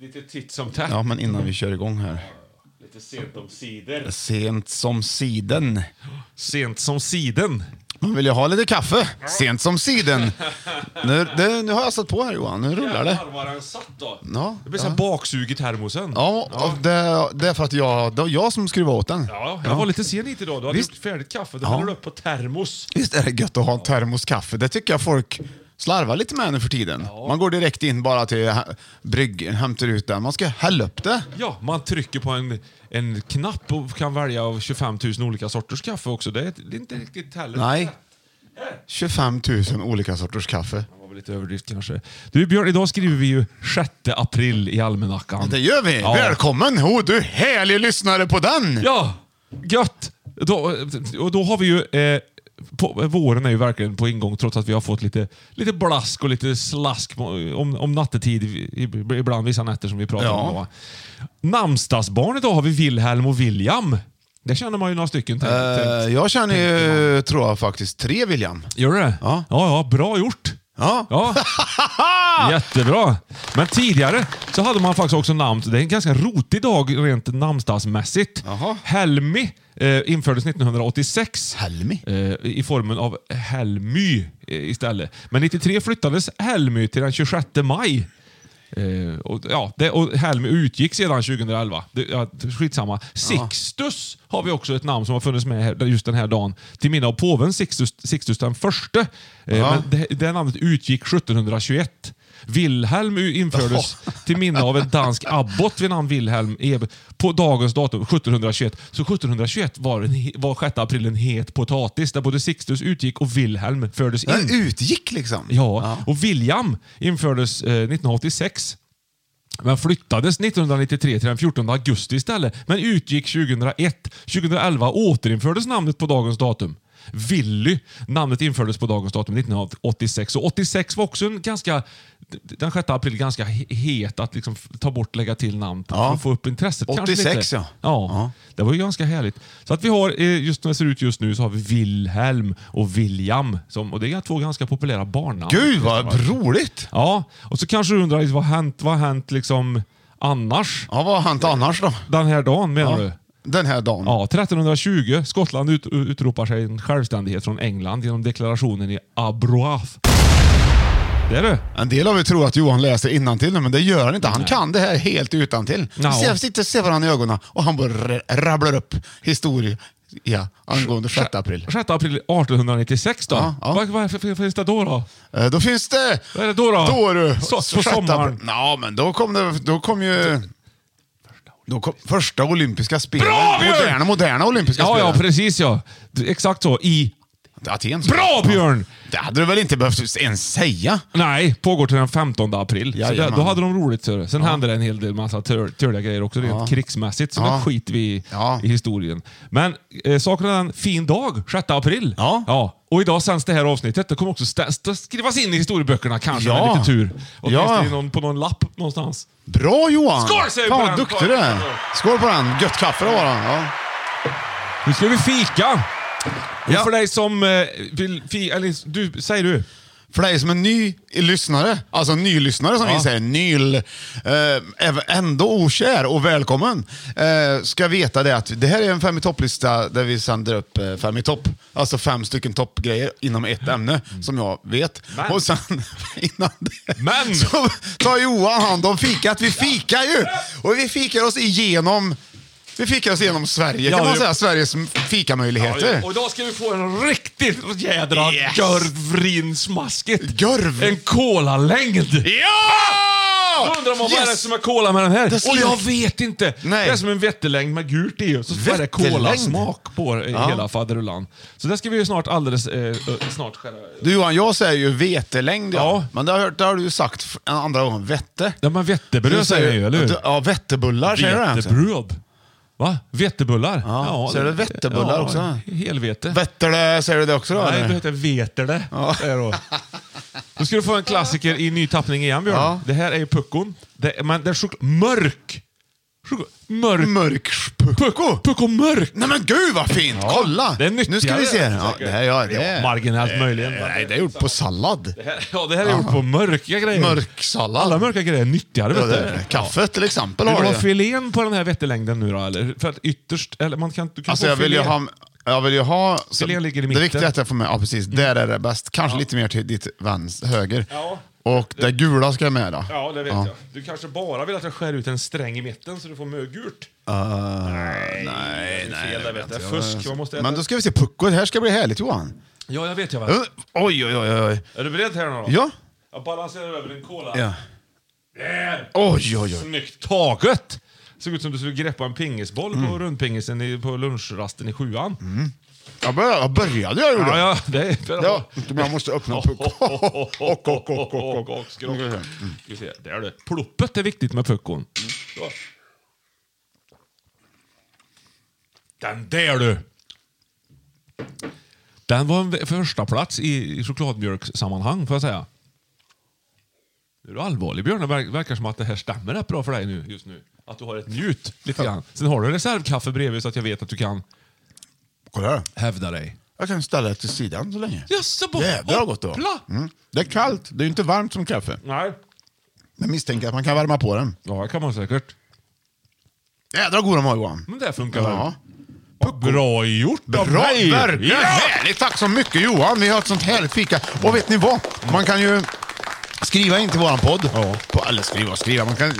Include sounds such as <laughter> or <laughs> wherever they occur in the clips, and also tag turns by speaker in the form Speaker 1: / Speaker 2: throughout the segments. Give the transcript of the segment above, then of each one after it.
Speaker 1: Lite titt som tätt.
Speaker 2: Ja, men innan vi kör igång här.
Speaker 1: Lite sent om siden.
Speaker 2: Sent som siden.
Speaker 1: Sent som siden.
Speaker 2: Man vill ju ha lite kaffe. Sent som siden. Nu, det, nu har jag satt på här Johan, nu rullar det.
Speaker 1: Jävlar vad den satt då.
Speaker 2: Ja,
Speaker 1: det blir
Speaker 2: ja.
Speaker 1: så här baksug i termosen.
Speaker 2: Ja, och det, det är för att jag, det var jag som skruvade åt den.
Speaker 1: Ja, jag var lite sen hit idag. Du hade
Speaker 2: Visst.
Speaker 1: gjort färdigt kaffe. Då
Speaker 2: Ja.
Speaker 1: häller du upp på termos.
Speaker 2: Visst är det gött att ha en termoskaffe? Det tycker jag folk slarvar lite med nu för tiden. Man går direkt in bara till hä- bryggen, hämtar ut den. Man ska hälla upp det.
Speaker 1: Ja, man trycker på en, en knapp och kan välja av 25 000 olika sorters kaffe också. Det är det är inte riktigt heller.
Speaker 2: Nej. 25 000 olika sorters kaffe.
Speaker 1: Det var väl lite överdrift kanske. Du Björn, idag skriver vi ju 6 april i almanackan.
Speaker 2: Det gör vi.
Speaker 1: Ja.
Speaker 2: Välkommen! Oh, du härlig lyssnare på den!
Speaker 1: Ja, gött! Då, och då har vi ju... Eh, på, våren är ju verkligen på ingång trots att vi har fått lite, lite blask och lite slask mo- om, om nattetid i- i- ibland vissa nätter som vi pratar
Speaker 2: Ja.
Speaker 1: om. Då. Namnsdagsbarn idag har vi Wilhelm och William. Det känner man ju några stycken till.
Speaker 2: Eh, jag känner ju, tror jag faktiskt, tre William.
Speaker 1: Gör du det?
Speaker 2: Ja.
Speaker 1: ja, ja, bra gjort.
Speaker 2: Ja. <laughs>
Speaker 1: Ja. Jättebra. Men tidigare så hade man faktiskt också namn. Det är en ganska rotig dag rent namnsdagsmässigt.
Speaker 2: Jaha.
Speaker 1: Helmi eh, infördes 1986.
Speaker 2: Helmi?
Speaker 1: Eh, I formen av Helmy eh, istället. Men 93 flyttades Helmy till den 26 maj. Eh, och, ja, det, och Helmy utgick sedan 2011. Det, ja, skitsamma. Sixtus har vi också ett namn som har funnits med här, just den här dagen. Till minne av påven Sixtus, Sixtus den förste. Eh,
Speaker 2: Ja.
Speaker 1: men det, det namnet utgick 1721. Wilhelm u- infördes till minne av en dansk abbot vid namn Wilhelm Ebe på dagens datum 1721. Så 1721 var, en, he- var 6 april en het potatis där både Sixtus utgick och Wilhelm fördes in.
Speaker 2: Den utgick liksom?
Speaker 1: mm. Ja, och William infördes eh, 1986. Men flyttades 1993 till den 14 augusti istället, men utgick 2001. 2011 återinfördes namnet på dagens datum. Willy. Namnet infördes på dagens datum 1986. Och 86 var också en ganska, den 6 april ganska he- het att liksom f- ta bort, lägga till namn på,
Speaker 2: Ja.
Speaker 1: för att få upp intresset. Kanske
Speaker 2: 86,
Speaker 1: lite.
Speaker 2: ja.
Speaker 1: ja.
Speaker 2: Ja.
Speaker 1: Det var ju ganska härligt. Så att vi har, eh, just när det ser ut just nu, så har vi Wilhelm och William. Som, och det är två ganska populära barnnamn.
Speaker 2: Gud vad roligt!
Speaker 1: Ja, och så kanske du undrar liksom, vad har hänt, vad har hänt liksom annars
Speaker 2: Ja, vad har hänt annars då?
Speaker 1: den här dagen menar du?
Speaker 2: Ja. Den här dagen.
Speaker 1: Ja, 1320. Skottland ut, utropar sig en självständighet från England genom deklarationen i Abroaf. Det är du.
Speaker 2: En del av er tror att Johan läser innantill nu, men det gör han inte. Han kan det här helt utantill.
Speaker 1: Ja.
Speaker 2: Vi ser- sitter och ser varandra i ögonen och han bara r- rabblar upp historia ja, angående 6 april.
Speaker 1: 6 april 1896 då.
Speaker 2: Ja, ja.
Speaker 1: Vad, vad f- finns det då? då?
Speaker 2: Eh, Då finns det...
Speaker 1: Vad är det då då?
Speaker 2: Då du!
Speaker 1: Så- på
Speaker 2: sjätte april.
Speaker 1: sommaren.
Speaker 2: Ja, men då kom, det, då kom ju... Då kom första olympiska spelen.
Speaker 1: Bra, Björn!
Speaker 2: moderna, moderna olympiska
Speaker 1: Ja, ja,
Speaker 2: spelen.
Speaker 1: precis ja. Du, Exakt så. I...
Speaker 2: Aten.
Speaker 1: Bra Björn!
Speaker 2: Det hade du väl inte behövt ens säga?
Speaker 1: Nej, pågår till den 15 april. Så det,
Speaker 2: Jajamän.
Speaker 1: då hade de roligt. Så. Sen hände det en hel del massa tör- törliga grejer också, rent krigsmässigt. Så
Speaker 2: Ja.
Speaker 1: det skit vi
Speaker 2: Ja.
Speaker 1: i historien. Men eh, saken är en fin dag, 6 april.
Speaker 2: Ja.
Speaker 1: Och idag sänds det här avsnittet. Det kommer också stä- stä- skrivas in i historieböckerna kanske,
Speaker 2: Ja.
Speaker 1: med lite tur. Och
Speaker 2: Ja.
Speaker 1: ja. någon, på någon lapp någonstans.
Speaker 2: Bra Johan!
Speaker 1: Skål, säger vi
Speaker 2: Fan
Speaker 1: på den.
Speaker 2: vad duktig du är. Skål på den. Gött kaffe det var. då. Ja.
Speaker 1: Nu ska vi fika!
Speaker 2: Ja.
Speaker 1: Och för dig som eh, vill fika, eller du, säger du?
Speaker 2: För dig som är ny lyssnare, alltså nylyssnare som
Speaker 1: Ja.
Speaker 2: vi säger, nyl, eh, även- ändå okär och välkommen, eh, ska veta det att det här är en fem i topplista där vi sänder upp eh, fem i topp. Alltså fem stycken toppgrejer inom ett ämne, som jag vet.
Speaker 1: Mm. Men.
Speaker 2: Och sen <laughs> innan det
Speaker 1: Men.
Speaker 2: <laughs> så tar Johan hand om fikat. Vi fikar ju! Och vi fikar oss igenom vi fikar oss igenom Sverige,
Speaker 1: Ja,
Speaker 2: kan man
Speaker 1: det-
Speaker 2: säga. Sveriges fikamöjligheter.
Speaker 1: Och idag ska vi få en riktigt jädra
Speaker 2: Yes.
Speaker 1: görvrinsmaskigt.
Speaker 2: Görv.
Speaker 1: En kolalängd!
Speaker 2: Ja!
Speaker 1: Då undrar man vad är det
Speaker 2: Yes!
Speaker 1: som är cola med den här?
Speaker 2: Det ska-
Speaker 1: Och jag vet inte!
Speaker 2: Nej.
Speaker 1: Det är som en vettelängd med gult i. Så är det
Speaker 2: Vettelängd?
Speaker 1: kolasmak på eh,
Speaker 2: Ja.
Speaker 1: hela faderullan. Så det ska vi ju snart alldeles eh, ö- snart skära
Speaker 2: Du Johan, jag säger ju vetelängd. Ja.
Speaker 1: Ja.
Speaker 2: Men det har, jag hört- det har du ju sagt f- en andra gången. Vette.
Speaker 1: Ja men vetebröd
Speaker 2: Du
Speaker 1: säger jag ju, eller hur?
Speaker 2: Ja, vettebullar säger du egentligen.
Speaker 1: Vetebröd. Va? Vetebullar?
Speaker 2: Ja, säger du vettebullar också?
Speaker 1: Helvete.
Speaker 2: Vetterle, säger du det också då?
Speaker 1: Nej,
Speaker 2: eller?
Speaker 1: det heter veterle.
Speaker 2: Ja.
Speaker 1: säger jag då. Då ska du få en klassiker i ny tappning igen, Björn.
Speaker 2: Ja.
Speaker 1: Det här är ju puckon. Det, men det är chok- mörk. Chok- mörk.
Speaker 2: Mörkspucko.
Speaker 1: Pucko mörk.
Speaker 2: Nej men gud vad fint! Kolla!
Speaker 1: Det är
Speaker 2: nu ska vi se.
Speaker 1: nyttigare,
Speaker 2: Ja,
Speaker 1: säkert.
Speaker 2: det här, ja, det
Speaker 1: Ja, marginellt möjligen.
Speaker 2: Nej, det är gjort på sallad.
Speaker 1: Det här- Ja, det här är gjort på mörka grejer.
Speaker 2: Mörksallad.
Speaker 1: Alla mörka grejer är nyttigare,
Speaker 2: Ja,
Speaker 1: vet
Speaker 2: det
Speaker 1: du.
Speaker 2: är det. Kaffe till exempel
Speaker 1: Vill
Speaker 2: har
Speaker 1: du ha
Speaker 2: du ju.
Speaker 1: filén på den här vettelängden nu då, eller? För att ytterst... Eller man kan, du kan
Speaker 2: Alltså
Speaker 1: få
Speaker 2: jag vill ju
Speaker 1: filé.
Speaker 2: ha... Jag vill ju ha... så-
Speaker 1: Filén ligger i
Speaker 2: Det
Speaker 1: mitten. Mm.
Speaker 2: viktiga är att jag får med, ja precis, där är det bäst. Kanske lite mer till ditt vänster, höger.
Speaker 1: Ja.
Speaker 2: Och det gula ska jag med då.
Speaker 1: Ja, det vet jag. Du kanske bara vill att jag skär ut en sträng i mitten så du får mögult.
Speaker 2: Ah,
Speaker 1: Det
Speaker 2: nej,
Speaker 1: är
Speaker 2: nej.
Speaker 1: fel, det vet jag.
Speaker 2: jag.
Speaker 1: Fusk. Man måste äta.
Speaker 2: Men då ska vi se pucko. Det här ska bli härligt Johan.
Speaker 1: Ja, jag vet jag. Va?
Speaker 2: Uh, Oj, oj, oj. oj.
Speaker 1: Är du beredd här nu då?
Speaker 2: Ja.
Speaker 1: Jag balanserar över en cola.
Speaker 2: ja.
Speaker 1: Där!
Speaker 2: Oj, oj, oj.
Speaker 1: Snyggt taget! Såg ut som du skulle greppa en pingisboll
Speaker 2: Mm.
Speaker 1: på rundpingisen i, på lunchrasten i sjuan.
Speaker 2: Jag började, jag, började, jag gjorde.
Speaker 1: Ja, ja, det är
Speaker 2: Ja, men jag måste öppna pucko. Och, och, och, och, och, och.
Speaker 1: skrock. Ska vi se, Där du. Ploppet är viktigt med puckon. Så. Den där du! Den var en första plats i i chokladmjölkssammanhang får jag säga. Nu är du allvarlig Björn. Det verk- verkar som att det här stämmer rätt bra för dig nu, just nu. Att du har ett njut lite grann. Sen har du reservkaffe bredvid så att jag vet att du kan
Speaker 2: Kolla här.
Speaker 1: hävda dig.
Speaker 2: Jag kan ställa det till sidan så länge.
Speaker 1: Jaså, på
Speaker 2: Jävlar vad gott det var.
Speaker 1: hoppla!
Speaker 2: Mm. Det är kallt. Det är ju inte varmt som kaffe.
Speaker 1: Nej.
Speaker 2: Men misstänker att man kan värma på den.
Speaker 1: Ja, det kan man säkert.
Speaker 2: Jädrar vad god den var Johan.
Speaker 1: Men det funkar väl?
Speaker 2: Ja.
Speaker 1: Bra gjort
Speaker 2: Bra,
Speaker 1: av mig!
Speaker 2: verkligen!
Speaker 1: Ja!
Speaker 2: Härligt! Tack så mycket Johan. Vi har ett sånt härligt fika. Och vet ni vad? Man kan ju skriva in till våran podd.
Speaker 1: Ja.
Speaker 2: På, eller skriva och skriva. Man kan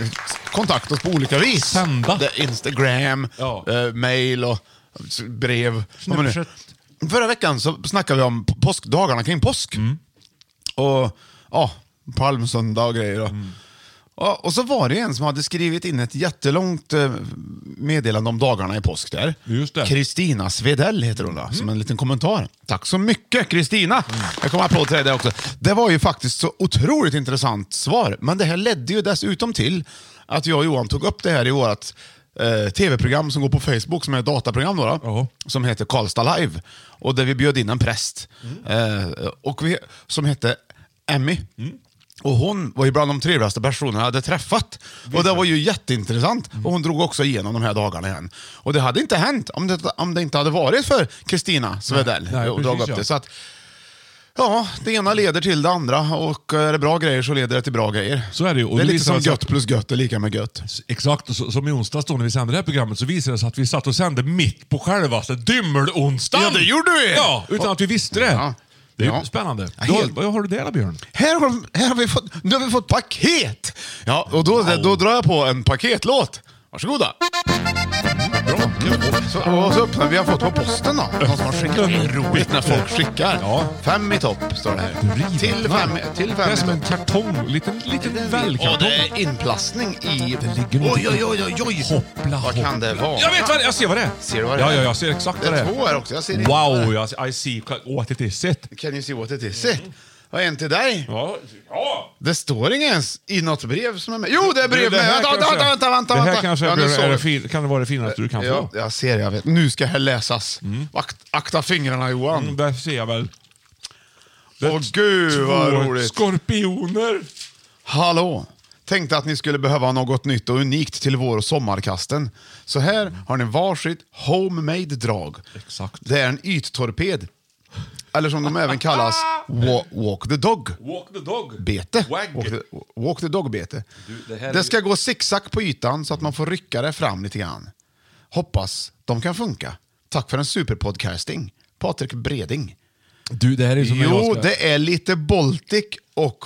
Speaker 2: kontakta oss på olika vis.
Speaker 1: Sända.
Speaker 2: Det är Instagram,
Speaker 1: Ja.
Speaker 2: eh, mail och s- brev. Vad man nu-
Speaker 1: Snapchat.
Speaker 2: Förra veckan så snackade vi om p- påskdagarna kring påsk.
Speaker 1: Mm.
Speaker 2: Och ja, palmsöndag och grejer. Och,
Speaker 1: Mm.
Speaker 2: Ja, och så var det en som hade skrivit in ett jättelångt eh, meddelande om dagarna i påsk där.
Speaker 1: Just det.
Speaker 2: Kristina Svedell heter hon då, som en liten kommentar. Tack så mycket Kristina! Jag kommer applåd till dig där också. Det var ju faktiskt så otroligt intressant svar, men det här ledde ju dessutom till att jag och Johan tog upp det här i vårt eh, tv-program som går på Facebook, som är ett dataprogram då, då
Speaker 1: Ja.
Speaker 2: som heter Karlstad Live. Och där vi bjöd in en präst
Speaker 1: Mm.
Speaker 2: eh, och vi, som hette Emmy. Och hon var ju bland de trevligaste personerna jag hade träffat. Och det var ju jätteintressant. Och hon
Speaker 1: Mm.
Speaker 2: drog också igenom de här dagarna igen. Och det hade inte hänt om det, om det inte hade varit för Kristina Svedell.
Speaker 1: nej,
Speaker 2: och drog
Speaker 1: precis,
Speaker 2: upp
Speaker 1: ja.
Speaker 2: det. Så att, ja, det ena leder till det andra. Och är det bra grejer så leder det till bra grejer.
Speaker 1: Så är det ju. Och
Speaker 2: det är
Speaker 1: det
Speaker 2: lite
Speaker 1: visar
Speaker 2: som
Speaker 1: sig
Speaker 2: gött plus gött är lika med gött.
Speaker 1: Exakt, och så, som i onsdags då när vi sände det här programmet så visade det sig att vi satt och sände mitt på självaste dymmelonsdagen.
Speaker 2: Ja, det gjorde vi!
Speaker 1: Ja, utan att vi visste det.
Speaker 2: Ja.
Speaker 1: Det är
Speaker 2: Ja.
Speaker 1: ju spännande.
Speaker 2: Ja,
Speaker 1: Du har-
Speaker 2: helt-
Speaker 1: Vad har du där då, Björn?
Speaker 2: Här har, de- här har vi fått, nu har vi fått paket! Ja, och då, då drar jag på en paketlåt. Varsågoda.
Speaker 1: Mm,
Speaker 2: Bra. Så, och så öppnar vi har fått på posten då. Någon som har skickat. Det är roligt när folk skickar.
Speaker 1: Ja.
Speaker 2: Fem i topp står det här. Till fem, till
Speaker 1: Det
Speaker 2: fem
Speaker 1: är
Speaker 2: i
Speaker 1: som en
Speaker 2: topp.
Speaker 1: kartong. Liten, liten
Speaker 2: Och
Speaker 1: välkartong.
Speaker 2: det är inplastning i...
Speaker 1: Det ligger
Speaker 2: Oj, oj, oj, oj, oj!
Speaker 1: Hoppla,
Speaker 2: Vad kan det vara?
Speaker 1: Jag vet vad det är. Jag ser vad det är.
Speaker 2: Ser du vad det
Speaker 1: ja,
Speaker 2: är?
Speaker 1: Ja, jag ser exakt
Speaker 2: Det
Speaker 1: vad det
Speaker 2: är
Speaker 1: är.
Speaker 2: två här också. Jag ser inte vad det är.
Speaker 1: Wow, jag, I see what it is. It.
Speaker 2: Can you see what it is? Och en till dig.
Speaker 1: Ja. ja.
Speaker 2: Det står inget ens i något brev som är med. Jo, det är brev
Speaker 1: Du, det
Speaker 2: med!
Speaker 1: här
Speaker 2: Vänta, vänta,
Speaker 1: kanske-
Speaker 2: vänta, vänta, vänta!
Speaker 1: Det här
Speaker 2: vänta.
Speaker 1: kanske
Speaker 2: Ja, nu
Speaker 1: är,
Speaker 2: såg
Speaker 1: är det
Speaker 2: jag.
Speaker 1: fin, kan det vara det finaste du kan
Speaker 2: Ja,
Speaker 1: få.
Speaker 2: jag ser, jag vet. Nu ska här läsas. Akt, akta fingrarna Johan.
Speaker 1: Mm, där ser jag väl.
Speaker 2: Åh gud vad
Speaker 1: Två
Speaker 2: roligt.
Speaker 1: Skorpioner.
Speaker 2: Hallå! Tänkte att ni skulle behöva något nytt och unikt till vår och sommarkasten. Så här har ni varsitt homemade drag.
Speaker 1: Exakt.
Speaker 2: Det är en yttorped. Eller som de
Speaker 1: <laughs>
Speaker 2: även kallas, wa- walk the dog.
Speaker 1: Walk the dog.
Speaker 2: Bete.
Speaker 1: Wag.
Speaker 2: Walk the, walk the dog bete.
Speaker 1: det
Speaker 2: det,
Speaker 1: här är ju-
Speaker 2: ska gå zigzag på ytan så att man får rycka det fram lite grann. Hoppas de kan funka. Tack för en superpodcasting. Patrik Breding.
Speaker 1: Du, det här är som när jag
Speaker 2: Jo,
Speaker 1: ska...
Speaker 2: det är lite Baltic och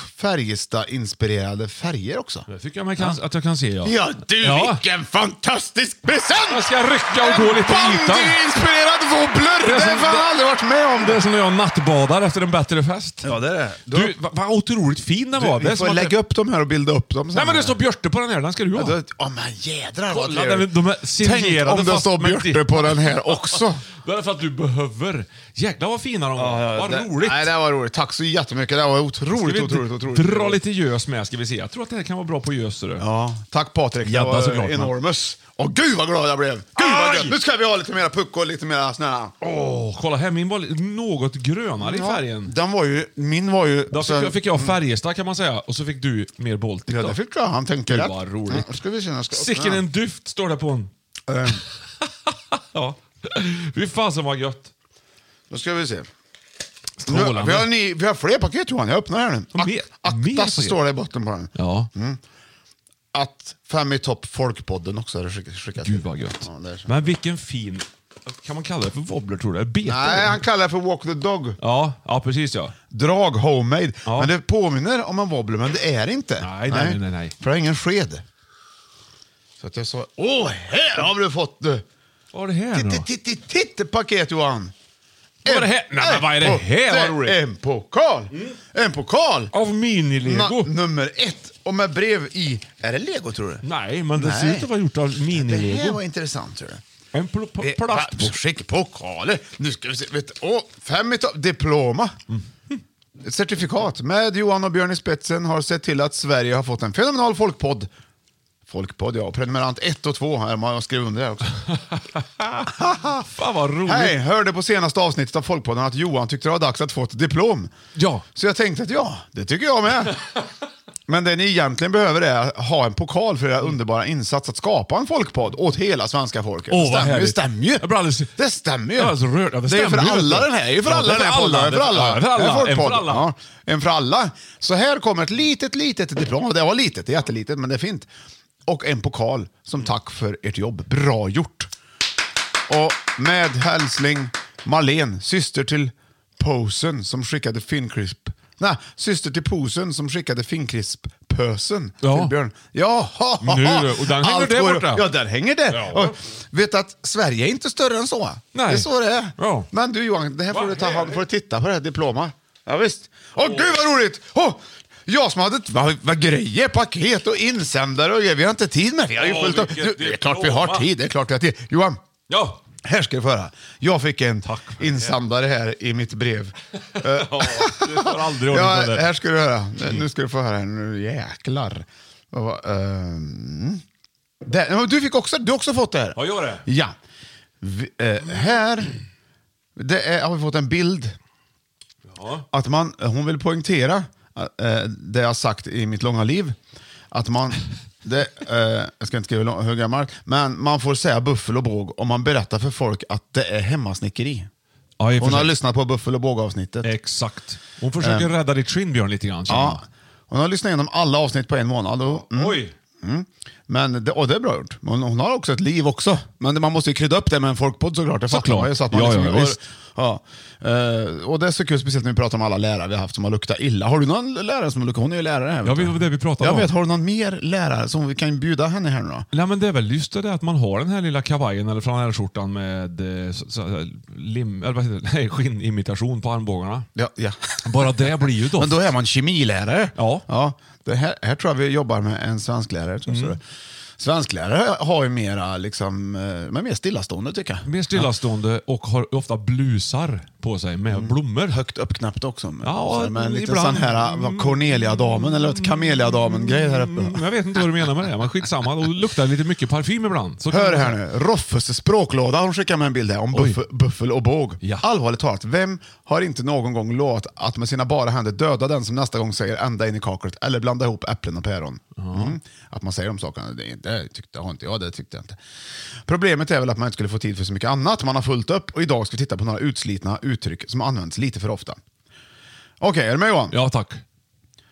Speaker 2: Färjestad-inspirerade färger också.
Speaker 1: Det tycker jag man kan, att jag kan se, ja.
Speaker 2: Ja du,
Speaker 1: Ja.
Speaker 2: vilken fantastisk present!
Speaker 1: Jag ska rycka och gå lite i
Speaker 2: En
Speaker 1: ytan.
Speaker 2: bandyinspirerad wobbler!
Speaker 1: Det är
Speaker 2: Det har
Speaker 1: som-
Speaker 2: jag fan aldrig varit med om!
Speaker 1: Det är som när jag nattbadar efter en bättre fest.
Speaker 2: Ja, det är det. Då-
Speaker 1: Du, vad vad otroligt fin den var.
Speaker 2: Du,
Speaker 1: Det är
Speaker 2: vi
Speaker 1: som
Speaker 2: får
Speaker 1: att-
Speaker 2: lägga upp dem här och bilda upp dem sen.
Speaker 1: Nej men det står Björte på den här, den ska du
Speaker 2: Ja,
Speaker 1: ha.
Speaker 2: då- ja, men jädrar vad
Speaker 1: Kolla,
Speaker 2: trevligt.
Speaker 1: den är- de är signerade
Speaker 2: Tänk om det
Speaker 1: fast
Speaker 2: står
Speaker 1: med
Speaker 2: Björte
Speaker 1: ditt-
Speaker 2: på den här <laughs> också.
Speaker 1: Det är för att du behöver. Jäklar vad fina de var. vad
Speaker 2: det,
Speaker 1: roligt.
Speaker 2: Nej, det här var roligt. Tack så jättemycket. Det här var
Speaker 1: Ska
Speaker 2: otroligt,
Speaker 1: vi
Speaker 2: otroligt, otroligt.
Speaker 1: Dra lite gös med ska vi se. Jag tror att det här kan vara bra på gös. ser du.
Speaker 2: Ja, tack Patrik.
Speaker 1: Jävlar,
Speaker 2: det var
Speaker 1: såklart, men.
Speaker 2: enormous. Åh, gud vad glad jag blev. Gud vad
Speaker 1: Aj!
Speaker 2: gött. Nu ska vi ha lite mera puck och lite mera sån här...
Speaker 1: Åh, kolla här, min var li- något grönare i färgen.
Speaker 2: Den var ju... Min var ju...
Speaker 1: Då fick,
Speaker 2: sen- Mm.
Speaker 1: jag, fick jag Färjestad kan man säga och så fick du mer Baltic.
Speaker 2: Ja,
Speaker 1: då.
Speaker 2: det fick jag. Han tänker
Speaker 1: Gud,
Speaker 2: rätt.
Speaker 1: vad roligt.
Speaker 2: Ja, ska vi se, jag ska öppna
Speaker 1: Sicken
Speaker 2: den.
Speaker 1: en duft står det på en.
Speaker 2: Eh,
Speaker 1: <laughs> Ja. Fy fasen vad gött.
Speaker 2: Då ska vi se. Nu,
Speaker 1: Strålande.
Speaker 2: vi, har ni, vi har fler paket Johan, jag öppnar här nu.
Speaker 1: Och mer- mer
Speaker 2: aktas
Speaker 1: paket.
Speaker 2: står det i botten på den.
Speaker 1: Ja.
Speaker 2: Att Fem i topp folkpodden också hade skick- skickat
Speaker 1: Gud
Speaker 2: till.
Speaker 1: vad gött.
Speaker 2: Ja, det är så.
Speaker 1: Men vilken fin... Kan man kalla det för wobbler tror du? Bete?
Speaker 2: Nej, han kallar det för walk the dog.
Speaker 1: Ja, ja precis ja.
Speaker 2: Drag homemade.
Speaker 1: Ja.
Speaker 2: Men det påminner om en wobbler, men det är det inte.
Speaker 1: Nej, nej, nej, nej.
Speaker 2: För det är ingen sked. Så att jag sa, åh, här har du fått eh, du.
Speaker 1: Vad är det här nu då?
Speaker 2: Titta, titta, titta paket Johan.
Speaker 1: Vad är det
Speaker 2: En-
Speaker 1: här? Nej, men vad är det
Speaker 2: en
Speaker 1: här? Vad
Speaker 2: po-
Speaker 1: roligt. Mm.
Speaker 2: En pokal. En pokal.
Speaker 1: Av minilego?
Speaker 2: Na- nummer ett. Och med brev i... Är det lego tror du?
Speaker 1: Nej, men det
Speaker 2: Nej.
Speaker 1: ser ut att vara gjort av
Speaker 2: Det här
Speaker 1: minilego.
Speaker 2: var intressant tror du.
Speaker 1: En pl- pl-
Speaker 2: Det- Eh, va-
Speaker 1: plastbox.
Speaker 2: Skick pokaler. Nu ska vi se. Vet, du, åh, fem utav... Diploma. Ett certifikat. Med Johan och Björn i spetsen har sett till att Sverige har fått en fenomenal folkpodd. Folkpodd, ja. Prenumerant 1 och 2. Här, Man har skrivit under det här också.
Speaker 1: Fan vad roligt.
Speaker 2: Hej! Hörde på senaste avsnittet av Folkpodden att Johan tyckte det var dags att få ett diplom.
Speaker 1: Ja.
Speaker 2: Så jag tänkte att ja, det tycker
Speaker 1: <laughs>
Speaker 2: jag med. Men det ni egentligen behöver är att ha en pokal för era underbara insats att skapa en folkpodd åt hela svenska folket.
Speaker 1: Åh,
Speaker 2: det,
Speaker 1: vad
Speaker 2: stämmer, ju,
Speaker 1: härligt.
Speaker 2: det stämmer ju.
Speaker 1: Jag blir alldeles-
Speaker 2: Det stämmer ju.
Speaker 1: Jag är så rörd. Ja, det
Speaker 2: det är ju för
Speaker 1: stämmer ju, vet
Speaker 2: alla
Speaker 1: du.
Speaker 2: den här. Det är ju för
Speaker 1: Ja,
Speaker 2: alla
Speaker 1: det är
Speaker 2: den här
Speaker 1: för
Speaker 2: podden.
Speaker 1: alla.
Speaker 2: Det är för alla.
Speaker 1: Ja, det är för alla. En för
Speaker 2: Det är folkpodd.
Speaker 1: alla.
Speaker 2: Ja, en för alla. Så här kommer ett litet, litet diplom. Det var litet, det är jättelitet, men det är fint. Och en pokal som tack för ert jobb. Bra gjort. Och med hälsning Marlene, syster till Posen som skickade Fincrisp. Nej, syster till Posen som skickade Fincrisp-pösen
Speaker 1: Ja.
Speaker 2: till Björn. Ja, ha, ha, ha.
Speaker 1: Nu du, och den hänger där
Speaker 2: går-
Speaker 1: borta.
Speaker 2: Ja, där hänger det.
Speaker 1: Ja.
Speaker 2: Och vet att Sverige är inte större än så.
Speaker 1: Nej.
Speaker 2: Det är så det är.
Speaker 1: Ja.
Speaker 2: Men du Johan, det här får
Speaker 1: Vad
Speaker 2: du ta hand
Speaker 1: härligt.
Speaker 2: får du titta på det här diplomat. Ja, visst. Åh gud vad roligt! Åh, jag som hade vad, vad grejer, paket och insändare och grejer. Vi har inte tid med det. Vi har ju
Speaker 1: Åh,
Speaker 2: fullt upp.
Speaker 1: vilket
Speaker 2: Du, Det är klart vi har
Speaker 1: diploma.
Speaker 2: tid. Det är klart vi har tid. Johan,
Speaker 1: Ja.
Speaker 2: här ska du få höra. Jag fick en
Speaker 1: Tack för det.
Speaker 2: insändare här i mitt brev.
Speaker 1: ja. Du får aldrig ordning
Speaker 2: Ja,
Speaker 1: på det.
Speaker 2: här ska du höra. Nu ska du få höra. här. Nu jäklar. Vad var- ehm, där. Ja, Du, fick också, du har också fått det här.
Speaker 1: Ja, jag har det.
Speaker 2: Ja. Vi, eh, här det är, har vi fått en bild. Att man, hon vill poängtera eh, det jag har sagt i mitt långa liv. Att man, det, eh, jag ska inte skriva hur lång- hur gammal, men man får säga buffel och båg om man berättar för folk att det är hemmasnickeri.
Speaker 1: Ja, i och för
Speaker 2: Hon har
Speaker 1: sig.
Speaker 2: lyssnat på buffel och båg-avsnittet.
Speaker 1: Exakt. Hon försöker rädda ditt skinn, Björn, lite grann. känner
Speaker 2: Ja. Hon har lyssnat igenom alla avsnitt på en månad. Och,
Speaker 1: jag.
Speaker 2: mm,
Speaker 1: Oj.
Speaker 2: mm. Men det, och det är bra gjort. Men hon har också ett liv också. Men det, man måste ju krydda upp det med en folkpodd såklart. Det fattar
Speaker 1: Såklart.
Speaker 2: man ju. Så att man
Speaker 1: Ja,
Speaker 2: liksom
Speaker 1: ja,
Speaker 2: går-
Speaker 1: visst.
Speaker 2: ja. Eh, och det är så kul, speciellt när vi pratar om alla lärare vi har haft som har luktat illa. Har du någon lärare som har luktat... Hon är ju lärare här.
Speaker 1: Jag
Speaker 2: du.
Speaker 1: vet vad det är vi pratar
Speaker 2: Jag
Speaker 1: om.
Speaker 2: vet, har du någon mer lärare som vi kan bjuda henne här nu då?
Speaker 1: Nej, men det är väl just det där att man har den här lilla kavajen eller flanellskjortan med eh, så, så, lim, eller vad heter det? <laughs> Nej, skinnimitation på armbågarna.
Speaker 2: Ja, ja.
Speaker 1: Bara det blir ju doft.
Speaker 2: Men då är man kemilärare.
Speaker 1: Ja. Mm.
Speaker 2: ja det här, här tror jag vi jobbar med en svensklärare. Tror jag, så det. Svensklärare har ju mera, liksom, eh, men mer stillastående tycker jag.
Speaker 1: Mer stillastående och har ofta blusar på sig med blommor.
Speaker 2: Mm. Högt uppknäppt också. Med,
Speaker 1: Ja,
Speaker 2: så, med en liten
Speaker 1: ibland.
Speaker 2: sån här vad, Cornelia-damen eller ett Camelia-damen-grej här uppe.
Speaker 1: Mm, Jag vet inte vad du menar med det, men skitsamma. Och luktar lite mycket parfym ibland. Så kan
Speaker 2: Hör
Speaker 1: man-
Speaker 2: här nu, Roffes språklåda, hon skickar med en bild här om buff, buffel och båg.
Speaker 1: Ja.
Speaker 2: Allvarligt talat, vem har inte någon gång lovat att med sina bara händer döda den som nästa gång säger ända in i kaklet eller blanda ihop äpplen och päron? Mm. Att man säger de sakerna, det, det tyckte har inte jag, det tyckte jag inte. Problemet är väl att man inte skulle få tid för så mycket annat, man har fullt upp och idag ska vi titta på några utslitna uttryck som används lite för ofta. Okej, är du med Johan?
Speaker 1: Ja, tack.